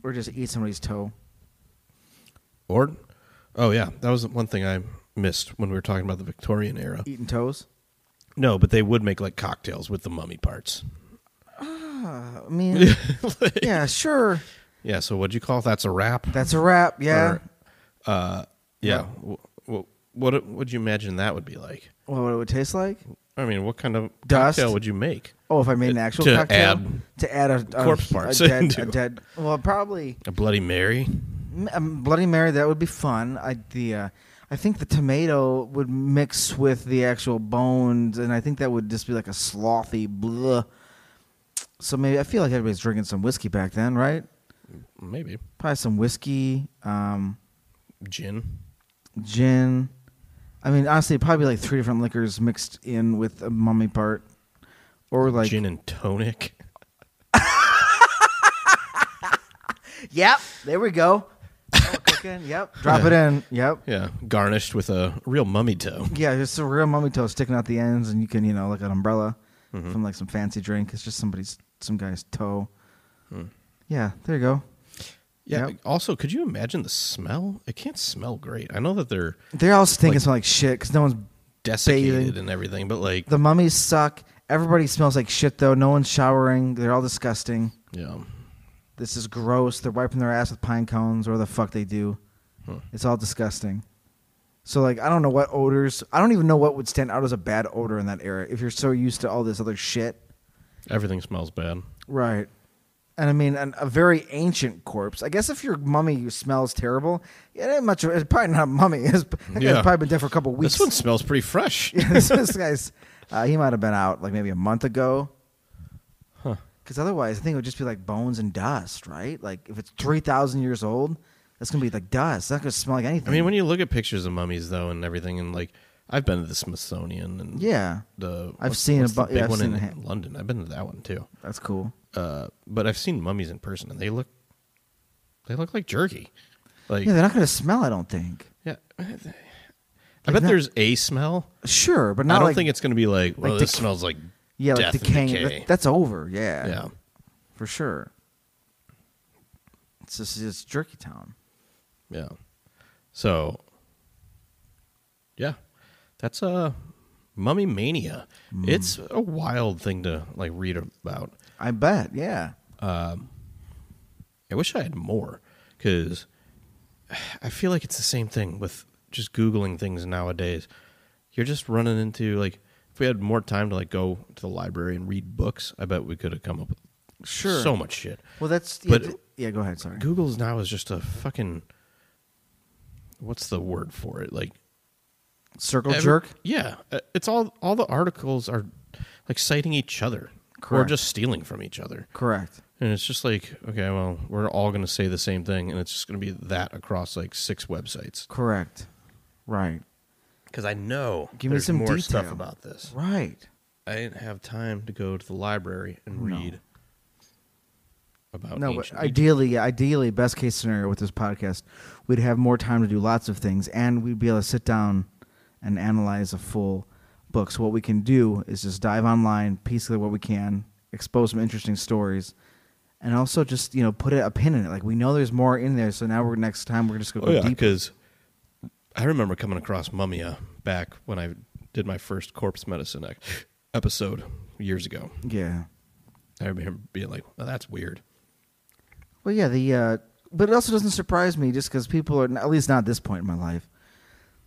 Speaker 1: or just eat somebody's toe.
Speaker 2: Or, oh yeah, that was one thing I missed when we were talking about the Victorian era.
Speaker 1: Eating toes.
Speaker 2: No, but they would make like cocktails with the mummy parts.
Speaker 1: Uh, I mean, yeah, sure.
Speaker 2: Yeah. So what'd you call it? That's a wrap.
Speaker 1: That's a wrap. Yeah.
Speaker 2: Or, uh, yeah. What, what would you imagine that would be like?
Speaker 1: what it would taste like?
Speaker 2: I mean, what kind of
Speaker 1: Dust?
Speaker 2: cocktail would you make?
Speaker 1: Oh, if I made an actual
Speaker 2: To
Speaker 1: cocktail
Speaker 2: add
Speaker 1: to add a, a
Speaker 2: corpse
Speaker 1: a
Speaker 2: parts
Speaker 1: dead,
Speaker 2: into
Speaker 1: a
Speaker 2: it.
Speaker 1: dead. Well, probably
Speaker 2: A Bloody Mary.
Speaker 1: um, Bloody Mary. That would be fun. I the uh, I think the tomato would mix with the actual bones, and I think that would just be like a slothy blah. So maybe I feel like everybody's drinking some whiskey back then, right?
Speaker 2: Maybe
Speaker 1: Probably some whiskey, um,
Speaker 2: gin.
Speaker 1: gin. I mean, honestly, it'd probably be like three different liquors mixed in with a mummy part, or like
Speaker 2: gin and tonic.
Speaker 1: Yep. There we go. Oh, cooking. Yep. Drop it in. Yep.
Speaker 2: Yeah, garnished with a real mummy toe.
Speaker 1: Yeah, just a real mummy toe sticking out the ends, and you can, you know, like an umbrella from like some fancy drink. It's just somebody's some guy's toe. Yeah, there you go.
Speaker 2: Yeah.
Speaker 1: Yep.
Speaker 2: Also, could you imagine the smell? It can't smell great. I know that they're
Speaker 1: They're all stinking
Speaker 2: Like-
Speaker 1: smell like shit because no one's
Speaker 2: desiccated
Speaker 1: Bathing.
Speaker 2: and everything, but like,
Speaker 1: the mummies suck. Everybody smells like shit though. No one's showering. They're all disgusting.
Speaker 2: yeah,
Speaker 1: This is gross. They're wiping their ass with pine cones or the fuck they do.
Speaker 2: Hmm.
Speaker 1: It's all disgusting. So like I don't know what odors. I don't even know what would stand out as a bad odor in that era if you're so used to all this other shit.
Speaker 2: everything smells bad.
Speaker 1: Right. And I mean, an, a very ancient corpse. I guess if your mummy smells terrible, it ain't much. Of, it's probably not a mummy. It's, that guy's
Speaker 2: Yeah.
Speaker 1: probably been dead for a couple weeks.
Speaker 2: This one smells pretty fresh.
Speaker 1: Yeah, this, this guy's. Uh, he might have been out like maybe a month ago.
Speaker 2: Huh.
Speaker 1: Because otherwise, I think it would just be like bones and dust, right? Like if it's three thousand years old, that's gonna be like dust. It's not gonna smell like anything.
Speaker 2: I mean, when you look at pictures of mummies though and everything, and like, I've been to the Smithsonian and
Speaker 1: yeah,
Speaker 2: the
Speaker 1: I've
Speaker 2: what's-
Speaker 1: seen
Speaker 2: what's
Speaker 1: a
Speaker 2: the
Speaker 1: bu- yeah,
Speaker 2: big
Speaker 1: I've
Speaker 2: one
Speaker 1: seen
Speaker 2: in
Speaker 1: it.
Speaker 2: London. I've been to that one too.
Speaker 1: that's cool.
Speaker 2: Uh, but I've seen mummies in person, and they look they look like jerky. Like,
Speaker 1: Yeah, they're not gonna smell. I don't think.
Speaker 2: yeah. I
Speaker 1: not-
Speaker 2: bet there's a smell.
Speaker 1: Sure, but
Speaker 2: I
Speaker 1: not
Speaker 2: don't
Speaker 1: like
Speaker 2: think it's going to be like, well,
Speaker 1: like
Speaker 2: this
Speaker 1: dec-
Speaker 2: smells like
Speaker 1: yeah, like
Speaker 2: death and
Speaker 1: decaying.
Speaker 2: decay.
Speaker 1: That, that's over. Yeah,
Speaker 2: yeah.
Speaker 1: for sure. It's just it's Jerky Town.
Speaker 2: Yeah. So yeah. That's uh, mummy mania. It's a wild thing to like read about.
Speaker 1: I bet. Yeah,
Speaker 2: I wish I had more cuz I feel like it's the same thing with just googling things nowadays. You're just running into like if we had more time to like go to the library and read books, I bet we could have come up with
Speaker 1: sure.
Speaker 2: so much shit.
Speaker 1: Well, that's yeah,
Speaker 2: But-
Speaker 1: th- yeah. Go ahead. Sorry.
Speaker 2: Google's now is just a fucking what's the word for it? Like
Speaker 1: Circle
Speaker 2: Every-
Speaker 1: jerk.
Speaker 2: Yeah, Uh, it's all all the articles are like citing each other or
Speaker 1: Correct.
Speaker 2: just stealing from each other,
Speaker 1: Correct.
Speaker 2: and it's just like okay, well, we're all going to say the same thing, and it's just going to be that across like six websites.
Speaker 1: Correct. Right.
Speaker 2: Because I know
Speaker 1: Give me
Speaker 2: there's
Speaker 1: some
Speaker 2: more stuff
Speaker 1: detail.
Speaker 2: about this.
Speaker 1: Right.
Speaker 2: I didn't have time to go to the library and
Speaker 1: No.
Speaker 2: read about
Speaker 1: No, but
Speaker 2: ancient Egypt.
Speaker 1: ideally, yeah, ideally, best case scenario with this podcast, we'd have more time to do lots of things, and we'd be able to sit down and analyze a full book. So what we can do is just dive online, piece together what we can, expose some interesting stories, and also just you know put a, a pin in it. Like we know there's more in there, so now we're next time we're just gonna
Speaker 2: Oh
Speaker 1: go
Speaker 2: yeah,
Speaker 1: deep.
Speaker 2: because I remember coming across Mumia back when I did my first corpse medicine ec- episode years ago.
Speaker 1: Yeah.
Speaker 2: I remember being like, well, that's weird.
Speaker 1: Well, yeah, the uh, but it also doesn't surprise me just because people are at least not at this point in my life.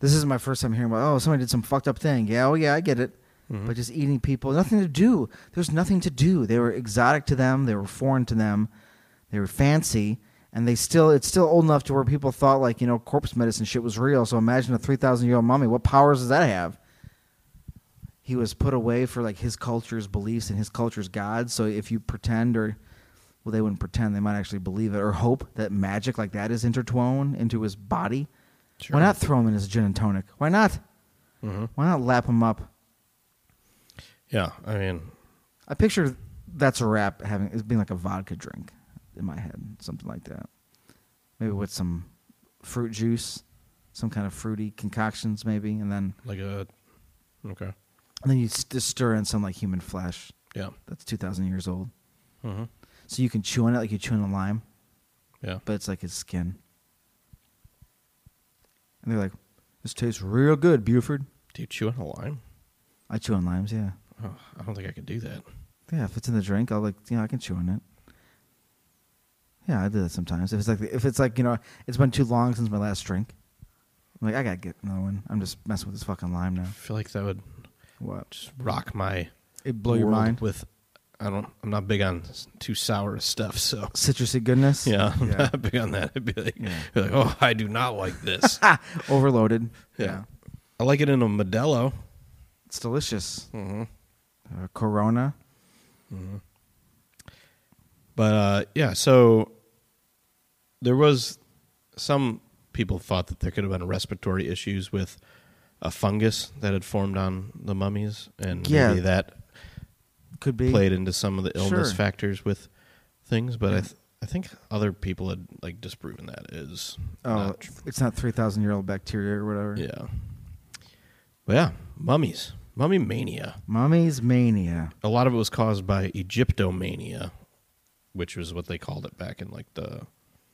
Speaker 1: This isn't my first time hearing about oh somebody did some fucked up thing. Yeah, oh yeah, I get it. But just eating people, nothing to do. There's nothing to do. They were exotic to them. They were foreign to them. They were fancy, and they still it's still old enough to where people thought like you know corpse medicine shit was real. So imagine a three thousand year old mummy. What powers does that have? he was put away for like his culture's beliefs and his culture's gods. So if you pretend or well, they wouldn't pretend; they might actually believe it or hope that magic like that is intertwined into his body.
Speaker 2: Sure.
Speaker 1: Why not throw him in his gin and tonic? Why not?
Speaker 2: Mhm.
Speaker 1: Why not lap him up?
Speaker 2: Yeah, I mean,
Speaker 1: I picture that's a wrap having it being like a vodka drink in my head, something like that. Maybe with some fruit juice, some kind of fruity concoctions, maybe, and then
Speaker 2: like a okay,
Speaker 1: and then you s- just stir in some like human flesh
Speaker 2: yeah,
Speaker 1: that's two thousand years old.
Speaker 2: mm-hmm.
Speaker 1: So you can chew on it like you chew on a lime,
Speaker 2: yeah.
Speaker 1: but it's like his skin. And they're like, this tastes real good, Buford.
Speaker 2: Do you chew on a lime?
Speaker 1: I chew on limes, yeah.
Speaker 2: Oh, I don't think I could do that.
Speaker 1: Yeah, if it's in the drink, I'll like, you know, I can chew on it. Yeah, I do that sometimes. If it's like, if it's like, you know, it's been too long since my last drink. I'm like, I gotta get another one. I'm just messing with this fucking lime
Speaker 2: I
Speaker 1: now.
Speaker 2: feel like that would
Speaker 1: What?
Speaker 2: just rock my
Speaker 1: It blow your
Speaker 2: world
Speaker 1: mind.
Speaker 2: With I don't, I'm not big on s- too sour stuff, so
Speaker 1: Citrusy goodness.
Speaker 2: yeah, I'm
Speaker 1: Yeah.
Speaker 2: not big on that. I'd be like,
Speaker 1: Yeah.
Speaker 2: be like, oh, I do not like this.
Speaker 1: Overloaded.
Speaker 2: yeah. I like it in a Modelo.
Speaker 1: It's delicious.
Speaker 2: Mm-hmm.
Speaker 1: Uh, Corona.
Speaker 2: But uh, yeah, so there was some people thought that there could have been respiratory issues with a fungus that had formed on the mummies, and
Speaker 1: Yeah.
Speaker 2: maybe that
Speaker 1: Could be.
Speaker 2: played into some of the illness
Speaker 1: Sure.
Speaker 2: factors with things. But I,
Speaker 1: Yeah.
Speaker 2: th- I think other people had like disproven that is
Speaker 1: Oh,
Speaker 2: not tr-
Speaker 1: it's not 3,000 year old bacteria or whatever.
Speaker 2: yeah. But yeah, mummies, Mummy mania.
Speaker 1: Mummy's Mania.
Speaker 2: A lot of it was caused by Egyptomania, which was what they called it back in like the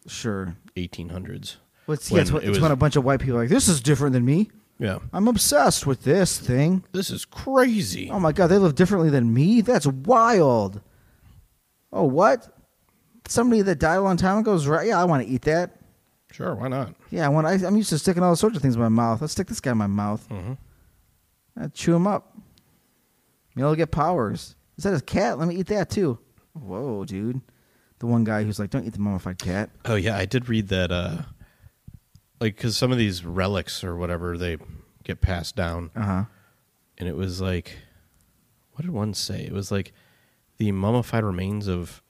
Speaker 1: Sure.
Speaker 2: 1800s.
Speaker 1: Well, it's,
Speaker 2: When
Speaker 1: yeah, it's, when,
Speaker 2: it
Speaker 1: it's
Speaker 2: was-
Speaker 1: when a bunch of white people are like, this is different than me.
Speaker 2: Yeah.
Speaker 1: I'm obsessed with this thing.
Speaker 2: This is crazy.
Speaker 1: Oh my God, they live differently than me? That's wild. Oh, what? Somebody that died a long time ago is right. Yeah, I want to eat that.
Speaker 2: Sure, why not?
Speaker 1: Yeah, when I, I'm used to sticking all sorts of things in my mouth. Let's stick this guy in my mouth.
Speaker 2: Mhm.
Speaker 1: I chew him up. Maybe I'll get powers. Is that a cat? Let me eat that too. Whoa, dude. The one guy who's like, don't eat the mummified cat.
Speaker 2: Oh yeah, I did read that. Uh, like, because some of these relics or whatever they get passed down,
Speaker 1: Uh huh.
Speaker 2: and it was like, what did one say? It was like the mummified remains of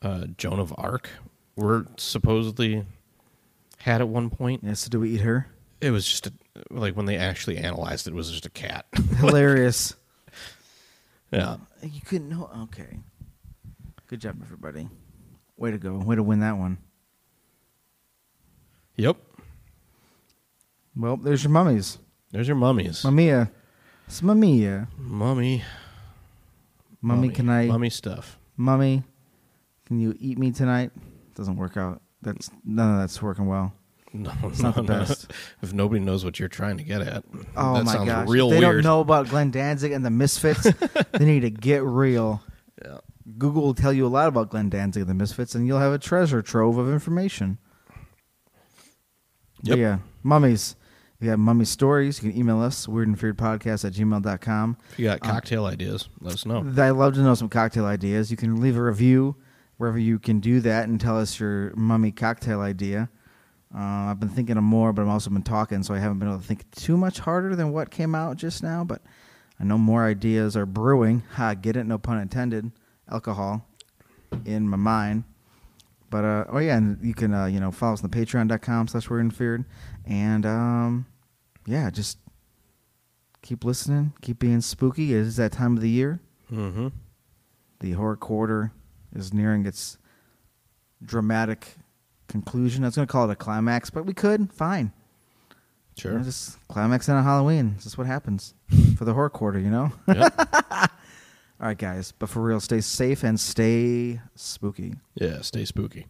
Speaker 2: uh, Joan of Arc were supposedly had at one point.
Speaker 1: Yeah, so do we eat her?
Speaker 2: It was just a, like when they actually analyzed it, it was just a cat.
Speaker 1: Hilarious.
Speaker 2: yeah,
Speaker 1: You couldn't know. Okay. Good job, everybody. Way to go. Way to win that one.
Speaker 2: yep.
Speaker 1: Well, there's your mummies.
Speaker 2: There's your mummies.
Speaker 1: Mamiya. It's Mamiya.
Speaker 2: mummy,
Speaker 1: Mummy, can I? Mummy.
Speaker 2: mummy stuff?
Speaker 1: can you eat me tonight? Doesn't work out. That's none of that's working well.
Speaker 2: No,
Speaker 1: It's not
Speaker 2: no,
Speaker 1: the
Speaker 2: no.
Speaker 1: best.
Speaker 2: If nobody knows what you're trying to get at,
Speaker 1: Oh
Speaker 2: that
Speaker 1: my
Speaker 2: sounds
Speaker 1: gosh!
Speaker 2: real
Speaker 1: if they
Speaker 2: weird.
Speaker 1: don't know about Glenn Danzig and the Misfits. they need to get real.
Speaker 2: Yeah.
Speaker 1: Google will tell you a lot about Glenn Danzig and the Misfits, and you'll have a treasure trove of information. But
Speaker 2: Yep.
Speaker 1: Yeah. Mummies. If you have mummy stories, you can email us, weirdandfearedpodcast at gmail.com.
Speaker 2: If you
Speaker 1: Uh.
Speaker 2: got cocktail ideas, let us know.
Speaker 1: I'd love to know some cocktail ideas. You can leave a review wherever you can do that and tell us your mummy cocktail idea. Uh, I've been thinking of more, but I've also been talking, so I haven't been able to think too much harder than what came out just now. But I know more ideas are brewing. Ha, get it? No pun intended. Alcohol in my mind. But uh, oh yeah, and you can uh, you know follow us on the patreon.com slash we're in feared. And um, yeah, just keep listening, keep being spooky. It is that time of the year.
Speaker 2: Mm-hmm.
Speaker 1: The horror quarter is nearing its dramatic conclusion. I was going to call it a climax, but we could. Fine. You
Speaker 2: Sure.
Speaker 1: know, just climax on Halloween. This is what happens for the horror quarter, you know?
Speaker 2: Yep.
Speaker 1: All right, guys. But for real, stay safe and stay spooky.
Speaker 2: yeah. Stay spooky.